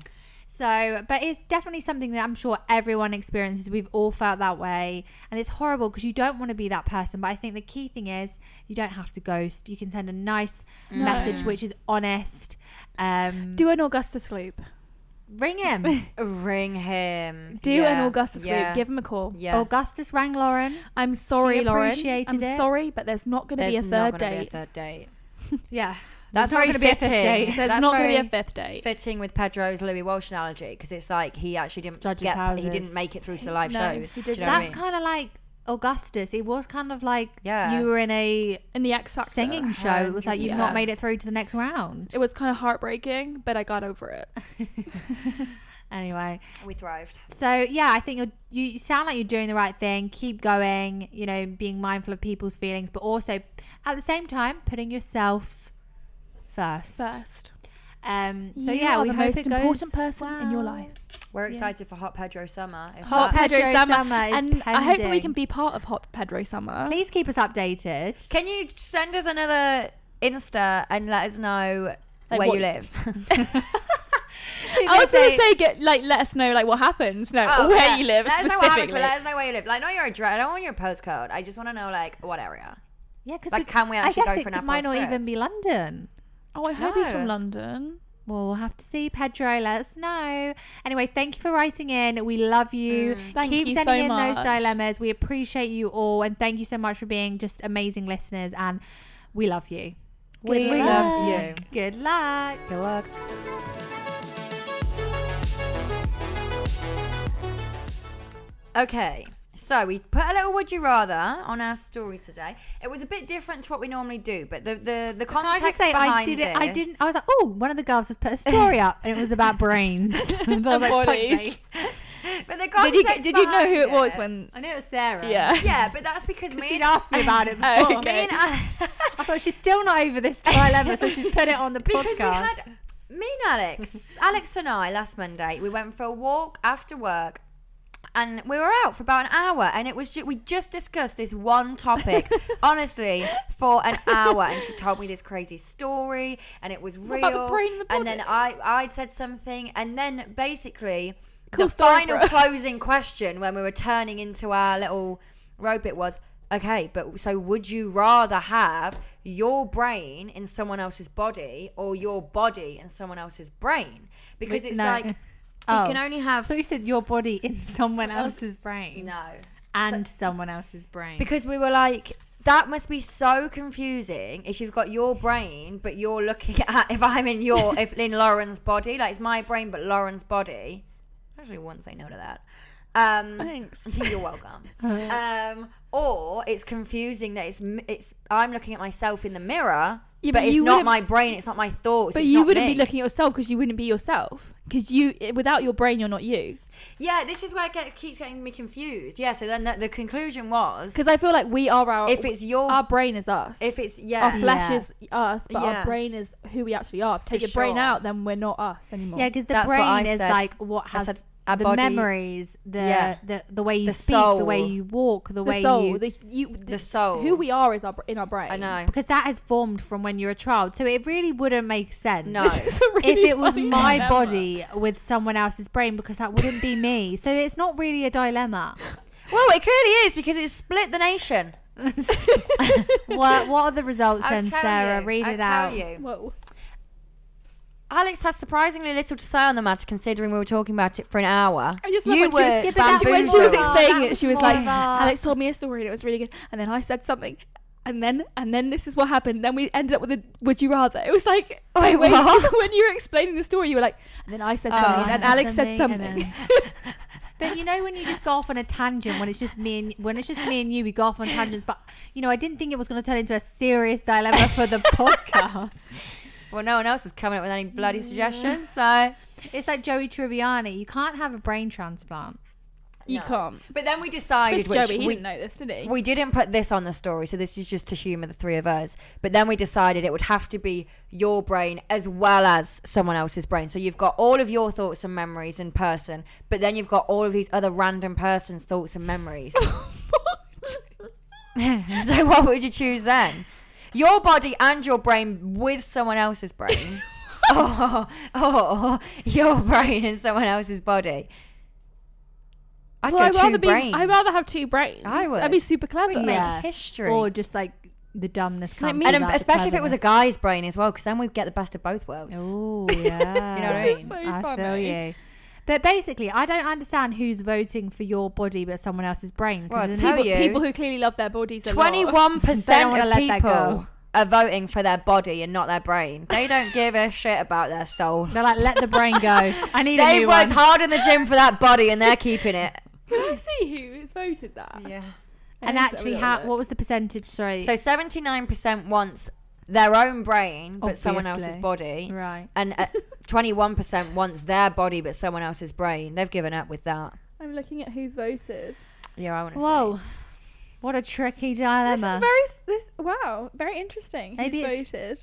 S2: So, but it's definitely something that I'm sure everyone experiences. We've all felt that way, and it's horrible because you don't want to be that person. But I think the key thing is you don't have to ghost. You can send a nice message which is honest. Um,
S3: Do an Augustus Gloop.
S2: ring him,
S1: Ring him.
S3: Do
S1: yeah.
S3: an Augustus
S1: yeah.
S3: Gloop. Give him a call.
S1: yeah.
S2: Augustus rang Lauren.
S3: I'm sorry, Lauren.
S2: appreciated
S3: I'm
S2: it.
S3: sorry, but there's not going to be a
S1: There's not
S3: third
S1: gonna
S3: date.
S1: Be a third date.
S2: Yeah,
S1: That's
S2: There's
S1: very
S2: not gonna be a fifth
S1: fitting.
S2: date.
S3: There's
S1: That's
S3: not going to
S1: very
S3: be a fifth date.
S1: fitting with Pedro's Louis Walsh analogy because it's like he actually didn't
S2: Judges'
S1: get he
S2: houses.
S1: didn't make it through to the live
S3: No,
S1: shows.
S3: he
S1: Do you know
S3: didn't.
S1: what I
S2: that's
S1: mean?
S2: kind of like Augustus. It was kind of like
S1: Yeah.
S2: you were in a
S3: In the X Factor.
S2: singing show. It was like you've not
S3: 100%.
S2: made it through to the next round.
S3: It was kind of heartbreaking, but I got over it.
S2: Anyway,
S1: we thrived.
S2: So yeah, I think you're, you you sound like you're doing the right thing. Keep going, you know, being mindful of people's feelings, but also at the same time putting yourself first.
S3: First.
S2: Um, so
S3: You
S2: yeah,
S3: are
S2: we
S3: the
S2: hope
S3: most
S2: it goes
S3: important person in your
S2: well.
S3: life.
S1: We're excited for Hot Pedro Summer. If
S2: Hot
S1: that-
S2: Pedro Summer is
S3: and I hope that we
S2: pending.
S3: can be part of Hot Pedro Summer.
S2: Please keep us updated.
S1: Can you send us another Insta and let us know
S3: Like
S1: where
S3: what-
S1: you live?
S3: I was
S2: They
S3: going to say, get like, let us know like what happens. No,
S1: Oh,
S3: where
S1: yeah.
S3: you live
S1: Let us know what happens,
S3: specifically.
S1: but let us know where you live. Like, not your address. I don't want your postcode. I just want to know like what area.
S2: yeah, because
S1: Like, can we actually
S2: I guess
S1: go
S2: it
S1: for an
S2: could- might
S1: apple
S2: not even be
S1: spritz?
S2: London.
S3: Oh, I hope he's from
S1: No.
S3: London.
S2: Well, we'll have to see, Pedro. Let us know. Anyway, thank you for writing in. We love you.
S3: Mm, Thank
S2: Keep
S3: you
S2: sending
S3: so
S2: in those
S3: much.
S2: dilemmas. We appreciate you all, and thank you so much for being just amazing listeners. And we love you.
S1: We
S3: luck.
S1: love you.
S2: Good luck.
S1: Good luck. Okay, so we put a little would you rather on our story today. It was a bit different to what we normally do, but the the, the
S2: Can I
S1: context
S2: just say
S1: behind
S2: I did it? I
S1: this-
S2: didn't. I was like, oh, one of the girls has put a story up, and it was about brains. And I was like, fuck's
S3: bodies.
S2: sake.
S1: But the
S3: Did you,
S1: context
S3: did you know
S1: behind
S3: who it was
S1: it-
S3: when?
S2: I knew it was Sarah.
S3: Yeah.
S1: Yeah, but that's because me
S2: she'd
S1: and-
S2: asked me about it before.
S3: Okay.
S1: me and I-
S2: I thought she's still not over this dilemma, so she's put it on the
S1: because
S2: podcast.
S1: we had me and Alex, Alex and I last Monday, we went for a walk after work. And we were out for about an hour, and it was ju- we just discussed this one topic, honestly, for an hour. And she told me this crazy story, and it was real.
S3: about the brain and the
S1: and then I I said something, and then basically
S3: Cool
S1: the
S3: story,
S1: final
S3: bro.
S1: closing question when we were turning into our little rope it was okay but so would you rather have your brain in someone else's body or your body in someone else's brain because
S2: Wait,
S1: it's
S2: no.
S1: like
S2: Oh.
S1: you can only
S2: I
S1: have
S2: thought you said your body in someone else's brain.
S1: no
S2: and someone else's brain.
S1: because we were like that must be so confusing if you've got your brain but you're looking at if i'm in your if in lauren's body like it's my brain but lauren's body actually wouldn't say no to that. Um,
S3: Thanks.
S1: you're welcome. um, or it's confusing that it's m- it's I'm looking at myself in the mirror,
S3: Yeah,
S1: but,
S3: but
S1: it's
S3: you
S1: not
S3: wouldn't-
S1: my brain. It's not my thoughts.
S3: But
S1: it's
S3: you
S1: not
S3: wouldn't
S1: me.
S3: be looking at yourself because you wouldn't be yourself. Because you, without your brain, you're not you.
S1: Yeah, this is where it get, keeps getting me confused. Yeah. So then the, the conclusion was
S3: Because I feel like we are our.
S1: if it's your
S3: our brain is us.
S1: if it's
S3: our
S1: yeah
S3: flesh
S2: Yeah.
S3: is us, but
S1: Yeah.
S3: our brain is who we actually are. If you
S1: For
S3: take your brain
S1: sure.
S3: out, then we're not us anymore.
S2: Yeah, because the
S1: That's what I
S2: brain is
S1: said.
S2: like what
S1: Mm. I
S2: has
S1: said our
S2: the
S1: body-
S2: memories, the,
S1: Yeah.
S2: the the way you
S1: The
S2: speak, the way
S1: soul.
S2: you walk, the,
S3: the
S2: way
S3: soul,
S2: you
S3: the, you, the,
S1: the soul.
S3: who we are is our, br- in our brain.
S1: I know.
S2: because that is formed from when you're a child. So it really wouldn't make sense.
S1: No.
S3: It's a really
S2: If it was
S3: funny
S2: my
S3: dilemma.
S2: body with someone else's brain, because that wouldn't be me. So it's not really a dilemma.
S1: Well, it clearly is because it's split the nation.
S2: what What are the results
S1: I'll
S2: then,
S1: tell
S2: Sarah?
S1: you,
S2: Read
S1: I'll
S2: it
S1: tell
S2: out.
S1: you.
S3: Whoa.
S1: Alex has surprisingly little to say on the matter, considering we were talking about it for an hour.
S3: I just love
S1: you
S3: when she was-
S1: were
S3: yeah, but
S2: that
S3: when she
S2: was
S3: was
S2: more-
S1: bamboozled.
S3: explaining
S2: that
S3: it, she was
S2: was
S3: like,
S2: more of a-
S3: "Alex told me a story and it was really good, and then I said something, and then and then this is what happened. Then we ended up with a would you rather. It was like
S1: Wait,
S3: when,
S1: Oh, what?
S3: when you were explaining the story, you were like, and then I said
S1: Oh,
S3: something,
S1: I
S3: and
S2: said
S3: Alex said
S2: something,
S3: something.
S2: and But you know when you just go off on a tangent when it's just me and when it's just me and you, we go off on tangents. But you know, I didn't think it was going to turn into a serious dilemma for the podcast.
S1: Well, no one else was coming up with any bloody suggestions, so.
S2: It's like Joey Tribbiani. You can't have a brain transplant.
S3: you
S1: No.
S3: can't.
S1: But then we decided,
S3: It's
S1: which
S3: Joey, he
S1: we,
S3: didn't know this, did he?
S1: we didn't put this on the story, so this is just to humour the three of us. But then we decided it would have to be your brain as well as someone else's brain. So you've got all of your thoughts and memories in person, but then you've got all of these other random person's thoughts and memories. so what would you choose then? Your body and your brain with someone else's brain. or,
S2: Oh,
S1: or Oh, your brain and someone else's body. I'd
S3: well, I'd
S1: go
S3: rather
S1: two
S3: be.
S1: brains.
S3: I'd rather have two brains.
S1: I would.
S3: I'd be super clever.
S1: We'd
S2: Yeah.
S1: make history.
S2: or just like the dumbness.
S3: I
S2: cancels
S3: mean-
S1: and um,
S2: out the
S1: especially if it was a
S2: cleverness.
S1: guy's brain as well, because then we'd get the best of both worlds.
S2: Oh yeah,
S1: You know what I mean?
S3: So
S2: I feel
S3: funny.
S2: you. But basically, I don't understand who's voting for your body but someone else's brain. 'cause
S1: Well,
S2: then
S1: tell
S2: it's-
S3: People,
S1: you.
S3: people who clearly love their bodies. a lot.
S1: Twenty-one
S2: They don't
S1: percent
S2: wanna
S1: of
S2: let that
S1: people
S2: go.
S1: are voting for their body and not their brain. They don't give a shit about their soul.
S2: They're like, let the brain go. I need a
S1: They
S2: new
S1: worked
S2: one.
S1: hard in the gym for that body, and they're keeping it.
S3: Can I see who has voted that?
S2: And
S3: Let's have a
S2: actually,
S3: little
S2: how,
S3: look.
S2: what was the percentage? Sorry.
S1: So seventy-nine percent wants their own brain, but someone else's
S2: Obviously.
S1: body,
S2: right.
S1: and uh, twenty-one percent wants their body, but someone else's brain. They've given up with that.
S3: I'm looking at who's voted.
S1: Yeah, I want to.
S2: Whoa. What a tricky dilemma.
S3: This is very this wow, very interesting.
S2: Maybe
S3: who's
S2: it's-
S3: voted.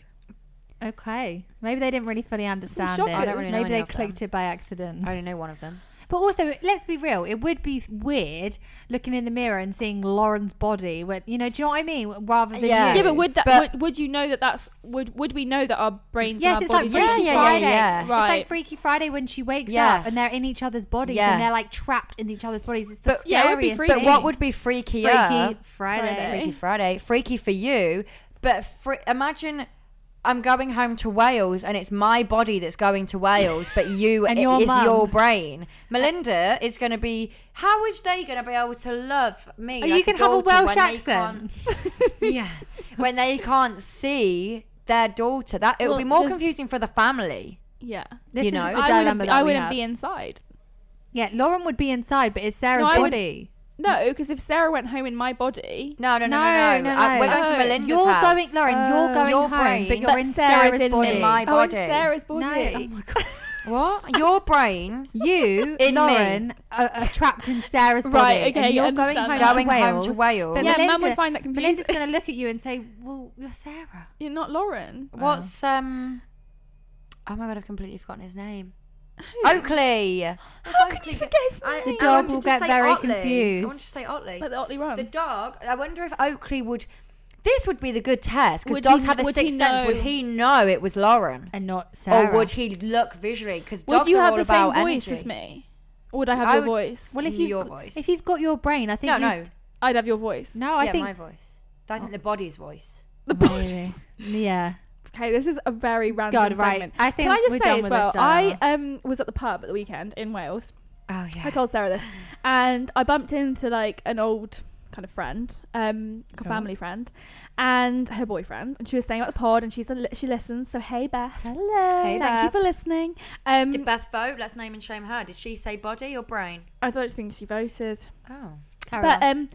S2: okay. Maybe they didn't really fully understand it.
S3: shockers. I don't
S1: really know
S2: Maybe
S1: any
S2: they
S1: of them.
S2: clicked it by accident.
S1: I only know one of them.
S2: But also, let's be real. It would be weird looking in the mirror and seeing Lauren's body. When, you know, do you know what I mean? Rather than
S1: Yeah.
S2: you.
S3: Yeah, but would that
S1: But-
S3: would, would you know that that's would would we know that our brains
S2: Yes,
S3: and
S2: it's
S3: our
S2: like
S3: bodies
S2: Freaky
S1: Yeah, yeah,
S3: are
S2: Friday.
S1: yeah.
S2: It's
S3: Right.
S2: like Freaky Friday when she wakes
S1: Yeah.
S2: up and they're in each other's bodies
S1: Yeah.
S2: and they're like trapped in each other's bodies. It's the
S1: But-
S3: Yeah, it would be
S2: scariest.
S3: freaky.
S1: But
S2: thing.
S1: what would be freakier?
S2: Freaky Friday?
S3: Friday.
S1: Freaky Friday, Oh, freaky for you. But fr- imagine I'm going home to Wales, and it's my body that's going to Wales, but you
S2: And
S1: it
S2: your
S1: is
S2: mum.
S1: your brain. Melinda is going to be. How is they going to be able to love me?
S2: Are
S1: like
S2: Oh, you going to have a
S1: daughter when
S2: Welsh
S1: they
S2: accent?
S1: can't- yeah, when they can't see their daughter, that it would
S3: Well,
S1: be more
S3: the-
S1: confusing for the family.
S3: Yeah.
S2: This
S1: You
S2: is
S1: know.
S2: the
S3: I wouldn't,
S2: dilemma
S3: be,
S2: that
S3: I
S2: we
S3: wouldn't
S2: have.
S3: be inside.
S2: Yeah, Lauren would be inside, but it's Sarah's
S3: No, I would-
S2: body.
S3: No, because if Sarah went home in my body,
S1: No, no, no, no, Uh, no. I- we're going to
S3: No.
S1: Melinda's
S2: You're
S1: house.
S2: going, Lauren. you're
S3: Oh.
S2: going
S1: Your
S2: home, but
S1: brain.
S2: you're
S3: but
S2: in
S3: Sarah's
S2: Sarah's
S3: in me.
S2: body.
S1: my
S3: Oh, in
S1: body.
S3: Sarah's
S2: No,
S3: body.
S2: oh my god.
S1: What? Your brain
S2: You,
S1: In me.
S2: Lauren, are, are trapped in Sarah's body.
S3: Right, okay,
S2: and you're
S3: I
S2: going home
S3: understand.
S1: going
S2: to
S1: home
S2: Wales.
S1: to Wales.
S2: But
S3: yeah,
S2: Melinda-
S3: Mum would find that confusing.
S2: Melinda's going to look at you and say, "Well, you're Sarah."
S3: You're not Lauren.
S1: What's um? Oh my god, I've completely forgotten his name. Oakley.
S3: How can you forget his
S1: I-
S3: name?
S2: The
S1: I
S2: dog
S1: wanted
S2: will
S1: to
S2: get
S1: say
S2: very
S1: Otley. I
S2: confused.
S1: want to say Otley.
S3: Like the Otley Run.
S1: The dog. I wonder if Oakley would. This would be the good test because
S3: Would
S1: dogs
S3: he-
S1: have a
S3: would
S1: sixth
S3: he
S1: sense. Would
S3: know-
S1: he know it was Lauren,
S2: And not Sarah.
S1: or would he look visually? Because dogs
S3: would you
S1: are
S3: have
S1: all
S3: the same
S1: about
S3: voice
S1: energy.
S3: as me? Or would I have
S1: I
S3: your
S1: would-
S3: voice?
S2: Well, if
S1: Your
S2: you've got,
S1: voice.
S2: if you've got your brain, I think
S1: No,
S2: you-
S1: no.
S3: I'd have your voice.
S2: no. I
S1: yeah,
S2: think
S1: my voice. I
S3: Oh.
S1: think the body's voice.
S3: The
S2: Maybe. Yeah.
S3: Okay, this is a very random
S2: God, right.
S3: segment.
S2: I think
S3: Can I just
S2: we're
S3: say
S2: done
S3: as
S2: with
S3: well,
S2: this
S3: I
S2: dialogue.
S3: um was at the pub at the weekend in Wales.
S1: Oh yeah.
S3: I told Sarah this, and I bumped into like an old kind of friend, um, a
S2: Cool.
S3: family friend, and her boyfriend, and she was saying about the pod, and she's a, li- she listens. So hey Beth, hello,
S1: Hey,
S3: thank
S1: Beth.
S3: you for listening. Um,
S1: Did Beth vote? Let's name and shame her. Did she say body or brain?
S3: I don't think she voted.
S1: Oh.
S2: Carry
S3: But
S2: on.
S3: um,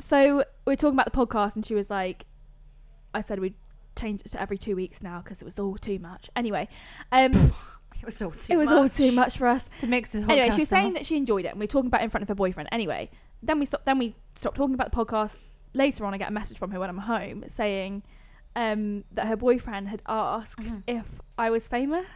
S3: so we are talking about the podcast, and she was like, "I said we'd change it to every two weeks now because it was all too much." Anyway, um,
S1: It was all too
S3: it was
S1: much.
S3: all too much for us.
S2: to mix the whole
S3: uh, Anyway, she was saying that she enjoyed it, and we were talking about it in front of her boyfriend. Anyway, then we stopped. Then we stopped talking about the podcast. Later on, I get a message from her when I'm home saying um, that her boyfriend had asked if I was famous.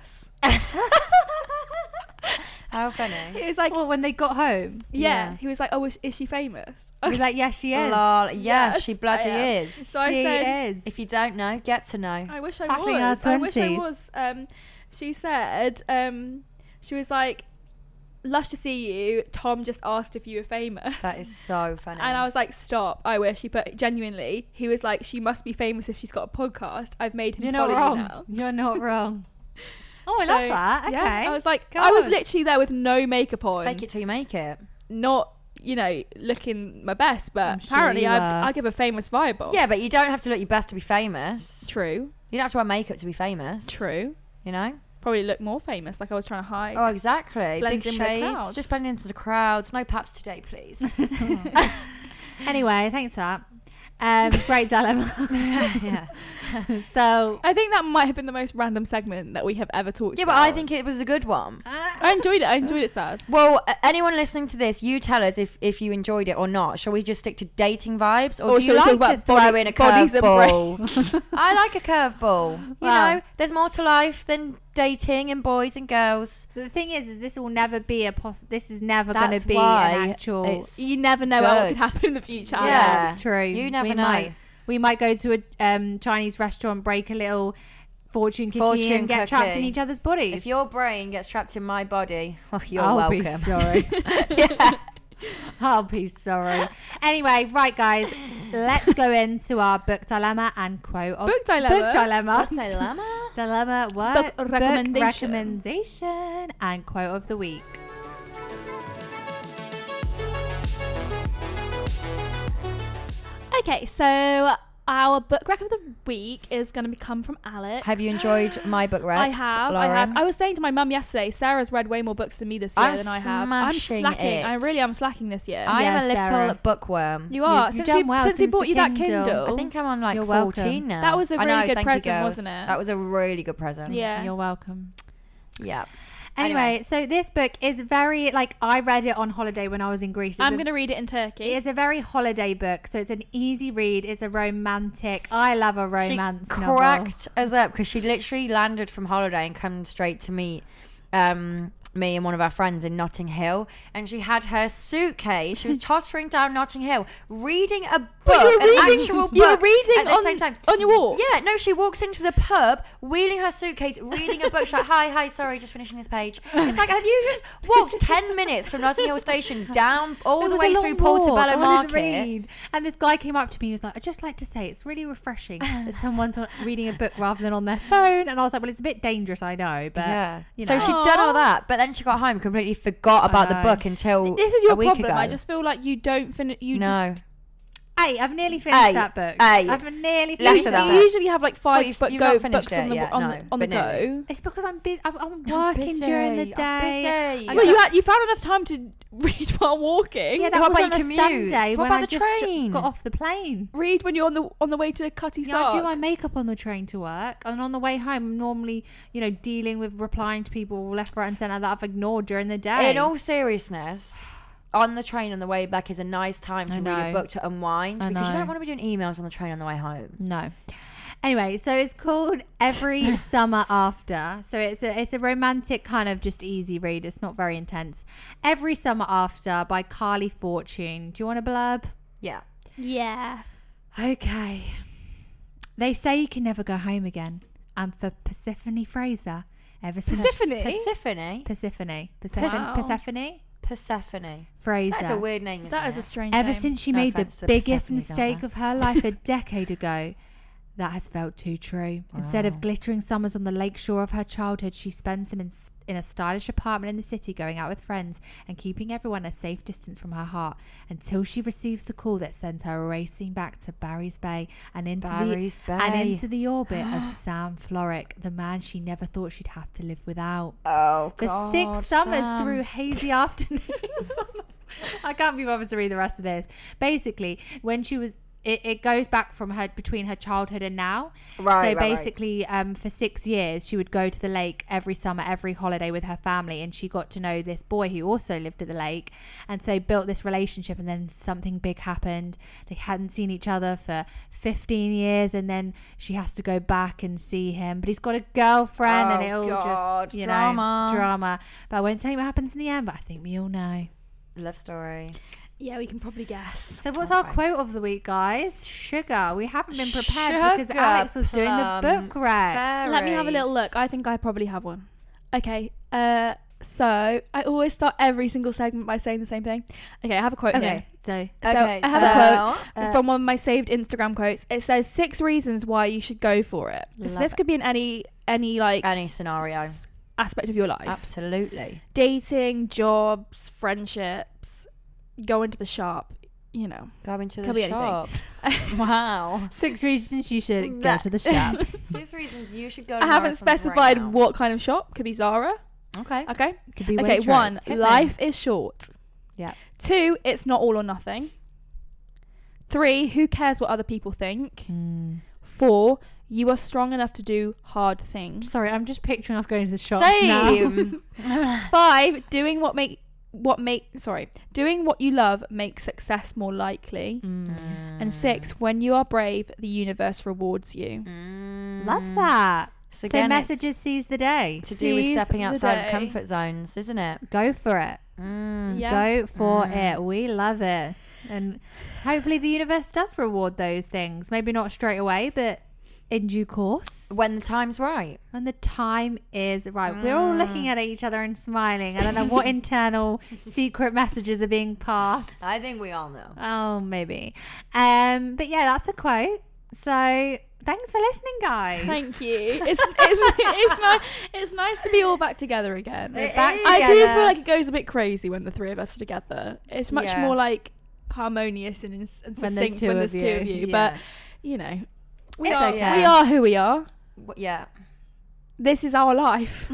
S1: How Oh, funny.
S3: He was like,
S2: well, when they got home,
S3: yeah. He was like, "Oh, is, is she famous?"
S2: he was like, "Yes, she is."
S1: Lol. Yeah,
S3: Yes,
S1: she bloody
S3: I am.
S1: is.
S3: So I
S2: she
S3: said-
S2: is.
S1: if you don't know, get to know.
S3: I wish I
S2: Tackling our
S3: was. I wish I
S2: 20s.
S3: was. Um, she said, um, she was like, "Lush to see you." Tom just asked if you were famous.
S1: That is so funny.
S3: And I was like, "Stop! I wish." He but genuinely, he was like, "She must be famous if she's got a podcast." I've made him
S2: You're not
S3: follow
S2: wrong.
S3: you now.
S2: You're not wrong.
S1: oh, I
S3: So,
S1: love that. Okay.
S3: yeah, I was like,
S2: Go
S3: I was
S2: on.
S3: literally there with no makeup on,
S1: Fake it till you make it.
S3: not you know looking my best,
S2: I'm
S3: but
S2: sure
S3: apparently
S2: you
S3: I,
S2: were.
S3: I give a famous vibe. off.
S1: Yeah, but you don't have to look your best to be famous.
S3: true,
S1: You don't have to wear makeup to be famous.
S3: true.
S1: You know?
S3: Probably look more famous, like I was trying to hide.
S1: Oh, exactly.
S3: Blends
S1: Big
S3: in with the
S1: shades.
S3: crowd.
S1: Just blending into the crowds. No paps today, please.
S2: Anyway, thanks for that. Um, great dilemma.
S1: yeah.
S2: so
S3: I think that might have been the most random segment that we have ever talked.
S1: Yeah, but I
S3: about.
S1: think it was a good one.
S3: I enjoyed it. I enjoyed it, Saz.
S1: Well, a- anyone listening to this, you tell us if, if you enjoyed it or not. Shall we just stick to dating vibes, or,
S3: Or
S1: do you
S3: shall we talk
S1: like to
S3: about
S1: throw
S3: body-
S1: in a
S3: bodies and
S1: curveball? I like a curveball. You
S2: Wow.
S1: know, there's more to life than dating and boys and girls.
S2: the thing is, is this will never be a poss- This is never going
S1: That's
S2: to be
S1: why
S2: an actual.
S1: it's-
S3: You never know what
S1: Good.
S3: could happen in the future.
S1: Yeah.
S2: yeah, it's true.
S1: You never
S2: we
S1: know.
S2: Might, we might go to a um, Chinese restaurant, break a little fortune cookie,
S1: Fortune
S2: and get trapped in
S1: cookie.
S2: each other's bodies.
S1: If your brain gets trapped in my body, well, you're
S2: I'll
S1: welcome.
S2: be sorry.
S1: yeah.
S2: I'll be sorry. Anyway, right, guys, let's go into our book dilemma and quote of
S3: Book dilemma.
S2: Book dilemma.
S1: Dilemma.
S2: Dilemma what?
S3: Book recommendation.
S2: recommendation and quote of the week.
S3: Okay, so our book rec of the week is going to come from Alex.
S1: Have you enjoyed my book read?
S3: I have. I have. I was saying to my mum yesterday, Sarah's read way more books than me this year
S1: I'm
S3: than I have. I'm
S1: smashing
S3: slacking.
S1: it.
S3: I really am slacking this year.
S1: I am a
S2: Yeah,
S1: little
S2: Sarah.
S1: bookworm.
S3: Oh, you are.
S2: you've
S3: since
S2: done
S3: we,
S2: well
S3: since we
S2: since the
S3: bought you that
S2: Kindle.
S3: Kindle.
S1: I think I'm on like
S2: You're
S1: 14
S2: welcome.
S1: now.
S3: That was a
S1: I know,
S3: really good
S1: thank you,
S3: present,
S1: girls.
S3: wasn't it?
S1: That was a really good present.
S3: Yeah.
S2: You're welcome.
S1: Yeah.
S2: Anyway,
S1: Anyway.
S2: so this book is very like I read it on holiday when I was in Greece. It's
S3: I'm
S2: a-
S3: going to read it in Turkey.
S2: It is a very holiday book, so it's an easy read. It's a romantic. I love a romance
S1: she
S2: novel.
S1: cracked us up because she literally landed from holiday and come straight to meet um, me and one of our friends in Notting Hill, and she had her suitcase. She was tottering down Notting Hill, reading a book,
S3: you
S1: an
S3: were reading-
S1: actual book.
S3: you were reading
S1: at the
S3: on-
S1: same time
S3: on your walk?
S1: Yeah, no, she walks into the pub, wheeling her suitcase, reading a book. She's like, "Hi, hi, sorry, just finishing this page." It's like, have you just walked ten minutes from Notting Hill Station down all the
S2: It was a
S1: way
S2: long
S1: through
S2: walk. I
S1: Portobello
S2: wanted
S1: Market?
S2: to read. And this guy came up to me. He was like, "I'd just like to say it's really refreshing that someone's on, reading a book rather than on their phone." And I was like, "Well, it's a bit dangerous, I know, but
S1: yeah.
S2: you
S1: So
S2: know."
S1: she'd done all that, but then she got home, completely forgot about the
S2: know.
S1: book until
S3: this is your
S1: a week
S3: problem.
S1: Ago.
S3: I just feel like you don't finish. You
S1: no.
S3: just
S2: hey, I've nearly finished
S1: Hey,
S2: that book.
S1: hey.
S2: I've nearly
S1: Less
S2: finished
S1: of
S3: you,
S1: that.
S2: that.
S3: you
S2: book.
S3: usually have like five
S1: you've-
S3: but
S1: you've
S3: go
S1: not finished
S3: books on
S1: it
S3: the
S1: yet,
S3: on
S1: no,
S3: the on the
S1: but no.
S3: go.
S2: It's because I'm busy. I'm, I'm working during the
S1: busy, I'm
S2: day.
S1: busy.
S2: I've
S3: Well, you
S2: got-
S3: had you found enough time to read while walking.
S2: yeah, that
S1: What
S2: was
S1: about
S2: on a
S1: your commutes?
S2: Sunday
S1: What
S2: when
S1: about
S2: I
S1: the
S2: just j-
S1: train?
S2: got off the plane.
S3: read when you're on the on the way to Cutty
S2: Yeah, I do my
S3: Sark.
S2: makeup on the train to work, and on the way home, I'm normally, you know, dealing with replying to people left, right, and centre that I've ignored during the day.
S1: In all seriousness, on the train on the way back is a nice time to
S2: I
S1: read
S2: know.
S1: a book to unwind
S2: I
S1: because you
S2: know.
S1: don't want to be doing emails on the train on the way home.
S2: no. Anyway, so it's called Every Summer After. So it's a it's a romantic kind of just easy read. It's not very intense. Every Summer After by Carly Fortune. Do you want a blurb?
S1: Yeah.
S3: Yeah.
S2: Okay. They say you can never go home again. And for Persephone Fraser, ever since
S3: Persephone.
S1: Persephone.
S2: Persephone, Persephone,
S3: Wow.
S2: Persephone
S1: Persephone.
S2: Fraser.
S1: That's a weird name. Isn't
S3: That
S1: it?
S3: is a strange.
S2: Ever
S3: name.
S2: since she
S1: No
S2: made
S1: offense
S2: the
S1: to the
S2: biggest
S1: Persephones out
S2: mistake
S1: there.
S2: of her life a decade ago, That has felt too true. Instead
S1: Oh.
S2: of glittering summers on the lakeshore of her childhood, she spends them in, s- in a stylish apartment in the city, going out with friends and keeping everyone a safe distance from her heart until she receives the call that sends her racing back to Barry's Bay and into
S1: Barry's
S2: the and
S1: Bay.
S2: into the orbit of Sam Florrick, the man she never thought she'd have to live without.
S1: Oh,
S2: For
S1: God,
S2: six summers
S1: Sam.
S2: through hazy afternoons. I can't be bothered to read the rest of this. Basically, when she was. It, it goes back from her between her childhood and now.
S1: Right, right,
S2: So
S1: right.
S2: basically, um, for six years, she would go to the lake every summer, every holiday with her family, and she got to know this boy who also lived at the lake, and so built this relationship. And then something big happened. They hadn't seen each other for fifteen years, and then she has to go back and see him. But he's got a girlfriend, and
S1: Oh,
S2: it all
S1: God,
S2: just you
S1: drama.
S2: know drama. But I won't say what happens in the end. But I think we all know.
S1: Love story.
S3: Yeah, we can probably guess.
S2: So what's our quote of the week, guys? Sugar. We haven't been prepared because
S1: Sugar
S2: Alex was doing the
S1: plum
S2: book read.
S3: Let me have a little
S1: fairies.
S3: look. I think I probably have one. Okay. Uh, so I always start every single segment by saying the same thing. Okay, I have a quote here.
S2: Okay, so
S3: So
S1: Okay,
S3: I have
S1: so, uh,
S3: a quote from one of my saved Instagram quotes. It says six reasons why you should go for it. So
S2: Love
S3: this
S2: it.
S3: could be in any any like
S1: Any scenario.
S3: s- aspect of your life.
S1: Absolutely.
S3: Dating, jobs, friendships, going to the shop, you know.
S1: Go into
S3: Could
S1: the
S3: be
S1: shop.
S3: anything.
S1: wow.
S2: Six reasons you should
S1: That-
S2: go to the shop.
S1: Six reasons you should go to
S3: I haven't
S1: Morrison's right
S3: specified
S1: now.
S3: what kind of shop. Could be Zara.
S1: Okay.
S3: Okay.
S2: Could be
S3: Okay,
S2: Waitrose.
S3: one,
S1: Hit me.
S3: life is short.
S2: Yeah.
S3: Two, it's not all or nothing. Three, who cares what other people think?
S2: Mm.
S3: Four, you are strong enough to do hard things.
S2: Sorry, I'm just picturing us going to the shops now.
S1: Same.
S3: Five, doing what make what make sorry, doing what you love makes success more likely.
S2: Hmm.
S3: And six, when you are brave, the universe rewards you.
S2: Love that.
S1: Mm. So,
S2: So,
S1: again, messages
S2: messages seize the day.
S1: to do with
S3: Seize
S1: stepping
S3: the
S1: outside of
S3: day.
S1: comfort zones, isn't it?
S2: Go for it.
S1: Mm.
S3: Yeah.
S2: Go for
S1: Mm.
S2: it. We love it. And hopefully the universe does reward those things. Maybe not straight away, but in due course.
S1: When the time's right.
S2: When the time is right. We're
S3: Mm.
S2: all looking at each other and smiling. I don't know what internal secret messages are being passed.
S1: I think we all know.
S2: Oh, maybe. Um, but yeah, that's the quote. So thanks for listening, guys.
S3: Thank you. It's it's, it's, nice, it's nice to be all back together again.
S1: It
S2: back
S1: is.
S3: I do feel
S1: Together.
S3: like it goes a bit crazy when the three of us are together. It's much
S1: Yeah.
S3: more like harmonious and, ins- and
S2: When there's
S3: succinct
S2: two,
S3: when
S2: of,
S3: there's two
S2: you.
S3: of you.
S2: Yeah.
S3: But you know,
S1: we
S2: It's
S1: are.
S2: okay.
S1: Yeah.
S3: we are who we are.
S1: W- yeah.
S3: This is our life.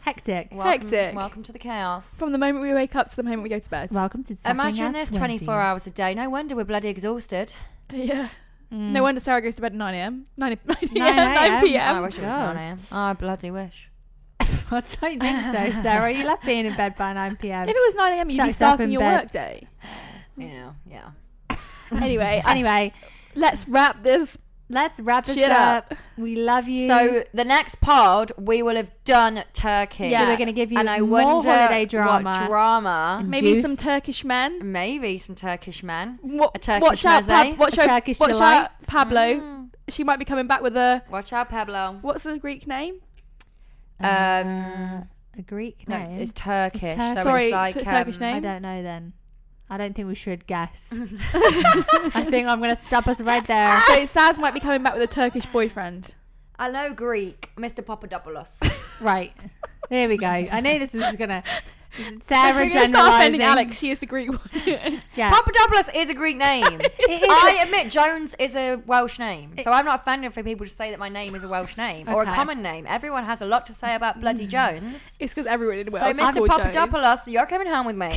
S2: hectic.
S1: Welcome,
S3: Hectic.
S1: welcome to the chaos.
S3: From the moment we wake up to the moment we go to bed.
S2: Welcome to Sucking
S1: Imagine
S2: and
S1: this 24
S2: Sweating.
S1: hours a day. No wonder we're bloody exhausted.
S3: Yeah.
S2: Mm.
S3: No wonder Sarah goes to bed at 9 a.m. 9, 9 a.m. 9,
S2: 9 9
S3: p.m.
S1: I wish it was
S2: God.
S1: 9 a.m. I bloody wish.
S2: I don't think so, Sarah. You love being in bed by 9 p.m.
S3: If it was 9 a.m., you'd be
S2: Shuts up in
S3: starting your
S2: bed.
S3: work day.
S1: You know, yeah.
S3: Anyway, I-
S2: Anyway,
S3: let's wrap this.
S2: let's wrap this
S3: Shit
S2: up.
S3: up.
S2: We love you.
S1: So the next pod, we will have done Turkey.
S3: Yeah.
S2: So we're going to give you
S1: and I
S2: more
S1: wonder
S2: holiday
S1: what
S2: drama.
S1: drama.
S3: Maybe
S2: Juice.
S3: some Turkish men.
S1: Maybe some Turkish men.
S3: What,
S1: A Turkish
S3: watch out,
S1: meze.
S3: Pab- watch
S2: A
S3: out,
S2: Turkish
S3: watch
S2: delight.
S3: out, Pablo.
S1: Mm.
S3: She might be coming back with a
S1: Watch out, Pablo.
S3: what's the Greek name?
S2: Uh, a Greek
S1: um, No,
S2: name.
S1: it's Turkish.
S2: It's
S1: so
S2: Turkish.
S3: Sorry,
S1: it's like
S3: so it's Turkish
S1: um,
S3: name.
S2: I don't know then. I don't think we should guess. I think I'm going to stop us right there.
S3: Uh, So Saz might be coming back with a Turkish boyfriend.
S1: I know Greek, Mr. Papadopoulos.
S2: Right. There we go. I knew this was going to.
S3: We're
S2: Sarah
S3: gonna start
S2: generalizing.
S3: offending Alex. She is the Greek one.
S2: Yeah.
S1: Papadopoulos is a Greek name.
S2: It is
S1: I admit Jones is a Welsh name, so I'm not offended for people to say that my name is a Welsh name or a
S2: Okay. Mm.
S1: common name. Everyone has a lot to say about bloody Jones.
S3: it's because everyone in
S1: So,
S3: Wales is
S1: Mr.
S3: called Jones.
S1: Papadopoulos, you're coming home with me.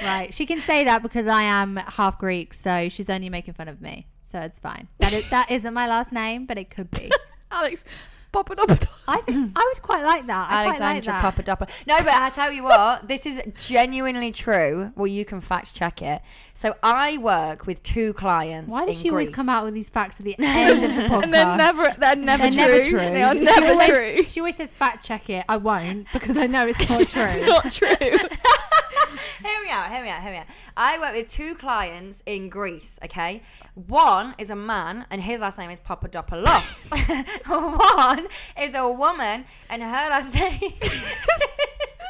S2: Right. She can say that because I am half Greek, so she's only making fun of me. So it's fine. That is that isn't my last name, but it could be.
S3: Alex Papadopoulos.
S2: I think I would quite like that. I
S1: Alexandra
S2: quite like that.
S1: Papadopoulos. No, but I tell you what, this is genuinely true. Well, you can fact check it. So I work with two clients.
S2: Why does
S1: in
S2: she always
S1: Greece.
S2: come out with these facts at the end of the podcast?
S3: and they're never, they're never
S2: They're
S3: true.
S2: never true.
S3: They are
S2: She
S3: never
S2: always-
S3: true.
S2: She always says fact check it. I won't because I know it's not true.
S3: It's not true.
S1: Here we are, here we are, here we are. I work with two clients in Greece, okay? One is a man, and his last name is Papadopoulos. One is a woman, and her last name.
S3: Is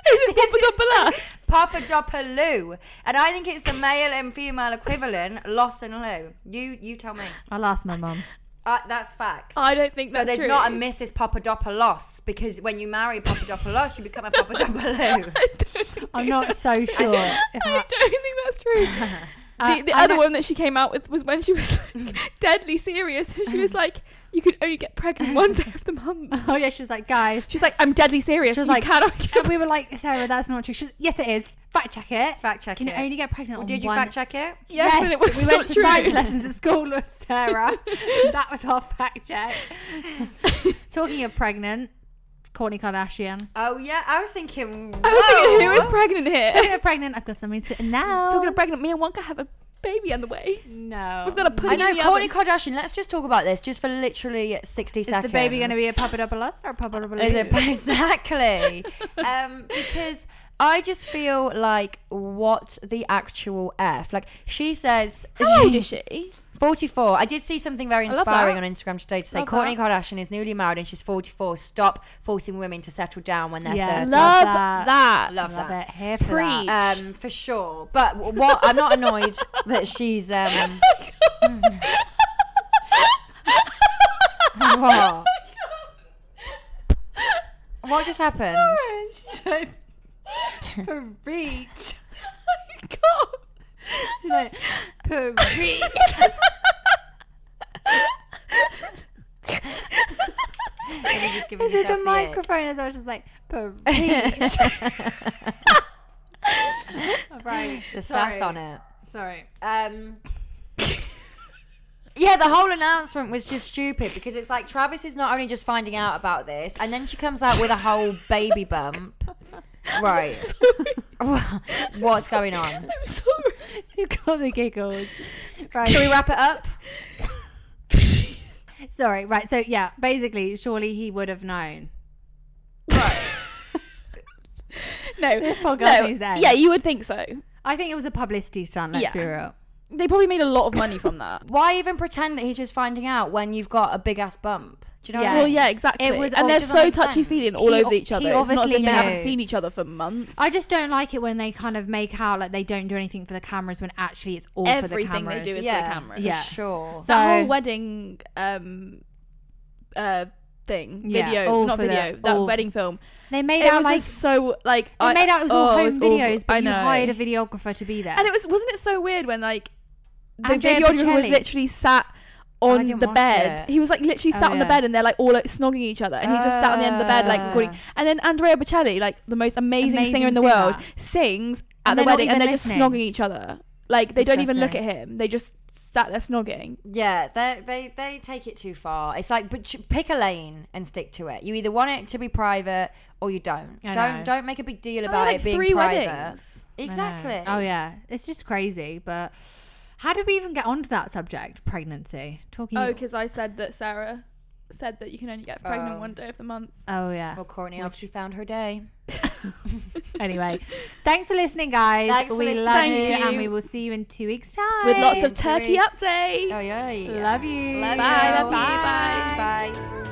S3: it Papadopoulos.
S1: Papadopoulou. And I think it's the male and female equivalent, Loss and Lou. You you tell me.
S2: I'll ask my mum.
S1: Uh, that's facts.
S3: I don't think
S1: so
S3: that's
S1: there's
S3: true.
S1: not a Mrs. Papadopoulos because when you marry Papadopoulos, you become a Papadopoulou.
S3: I don't think-
S2: I'm not so sure. if
S3: I
S2: I-
S3: don't think that's true.
S2: Uh,
S3: the the
S2: I
S3: other
S2: know-
S3: one that she came out with was when she was like, deadly serious. She was like, "You could only get pregnant one day of the month."
S2: Oh yeah, she was like, guys.
S3: She's like, "I'm deadly serious."
S2: She was
S3: you
S2: like-
S3: cannot get
S2: And we were like, Sarah, that's not true. She's yes, it is. Fact check it.
S1: fact check
S2: Can
S1: it.
S2: you only get pregnant?
S1: Well,
S2: on
S1: did you
S2: one-
S1: fact check it?
S3: Yes, and it was
S2: we
S3: not
S2: went to
S3: true.
S2: science lessons at school with Sarah. that was our fact check. Talking of pregnant, Kourtney Kardashian.
S1: Oh yeah, I was thinking.
S3: I was thinking, who
S1: whoa.
S3: is pregnant
S2: Talking
S3: here?
S2: of pregnant, I've got something sitting now.
S3: Talking of pregnant, me and Wonka have a baby on the way.
S2: No,
S3: We've got a
S1: I
S3: pudding in
S1: know
S3: the
S1: Kourtney
S3: oven.
S1: Kardashian. Let's just talk about this, just for literally sixty
S2: Is
S1: seconds.
S2: the baby going to be a papadopoulos or a papadopoulos?
S1: Is it exactly? um, because I just feel like what the actual f? Like she says,
S3: How old is she?
S1: 44. I did see something very
S3: I love
S1: inspiring on
S3: that.
S1: Instagram today to say
S3: Love
S1: Kourtney Kardashian is newly married and she's 44. Stop forcing women to settle down when they're
S2: Yeah.
S1: 30.
S3: Love
S2: that.
S3: that.
S1: Love
S2: Love
S1: that.
S2: it. Here for
S3: Preach.
S2: that.
S1: Um, for sure. But w- what I'm not annoyed that she's um
S3: Oh
S1: what?
S3: Oh
S1: What just happened?
S2: Preach.
S3: I can't.
S2: She's like, preach.
S1: Maybe just giving
S2: Is it the
S1: yourself the ick.
S2: microphone as well? She's like, preach. right.
S1: The
S2: Sorry.
S1: sass on it.
S2: Sorry.
S1: Um Yeah, the whole announcement was just stupid because it's like Travis is not only just finding out about this, and then she comes out with a whole baby bump. Right. What's going on?
S3: I'm sorry.
S2: She's got the giggles. Right.
S1: Shall we wrap it up?
S2: Sorry. Right. So, yeah, basically, surely he would have known.
S3: No,
S2: This podcast needs to end.
S3: Yeah, you would think so.
S2: I think it was a publicity stunt, let's
S3: Yeah.
S2: be real.
S3: They probably made a lot of money from that.
S1: Why even pretend that he's just finding out when you've got a big ass bump? Do you know
S2: Yeah.
S1: what I
S3: Well,
S1: mean?
S3: yeah, exactly.
S2: It was- oh,
S3: and they're
S1: does that
S3: so
S1: make sense?
S3: touchy feeling all
S2: He-
S3: over each other.
S2: he
S3: It's not as if
S2: obviously
S3: they
S2: knew.
S3: haven't seen each other for months.
S2: I just don't like it when they kind of make out like they don't do anything for the cameras when actually it's all for the
S3: Everything
S2: cameras.
S3: they do is
S1: Yeah.
S3: for the cameras.
S2: Yeah.
S1: For sure.
S2: So-
S3: that whole wedding um uh thing
S2: Yeah,
S3: video
S2: all
S3: not
S2: for the-
S3: video that
S2: all-
S3: wedding film
S2: They made
S3: it
S2: out
S3: was
S2: like
S3: just so like
S2: they made out it was all
S3: oh,
S2: home
S3: awful.
S2: videos, but
S3: I
S2: you
S3: know.
S2: hired a videographer to be there.
S3: and it was wasn't it so weird when like the
S2: Andrea
S3: videographer was
S2: Bocelli.
S3: literally sat
S1: I
S3: on
S1: didn't
S3: the
S1: watch
S3: bed
S1: it.
S3: he was like literally
S2: Oh,
S3: sat on the
S2: yeah.
S3: bed and they're like all like snogging each other and he's just sat on the end of the bed like
S1: Ah.
S3: recording and then Andrea Bocelli like the most amazing,
S2: Amazing
S3: singer in the
S2: singer.
S3: world sings at
S2: And
S3: the
S2: they're not
S3: wedding
S2: even
S3: and they're just
S2: listening.
S3: snogging each other like they don't even look at him they just sat there snogging
S1: Yeah, they they they take it too far. It's like, but ch- pick a lane and stick to it. You either want it to be private or you don't.
S2: I
S1: don't
S2: know. Oh,
S1: don't make a big deal
S3: I mean,
S1: about
S3: like
S1: it being
S3: three
S1: private.
S3: weddings
S2: I know.
S1: Exactly.
S2: Oh yeah, it's just crazy. But how did we even get onto that subject? Pregnancy. Talking. Oh,
S3: Oh, because I said that Sarah said that you can only get pregnant
S1: Oh.
S3: one day of the month.
S2: Oh, yeah.
S1: Well, Courtney obviously found her day.
S2: anyway, thanks for listening, guys.
S1: Thanks for
S2: we
S1: listening.
S2: love you,
S3: Thank you.
S2: and we will see you in two weeks' time
S3: With lots
S1: Bye.
S3: of turkey
S1: Great.
S3: updates.
S1: Oh yeah.
S2: Love you.
S1: Love
S3: Bye,
S1: you.
S3: love you, bye.
S1: Bye. Bye.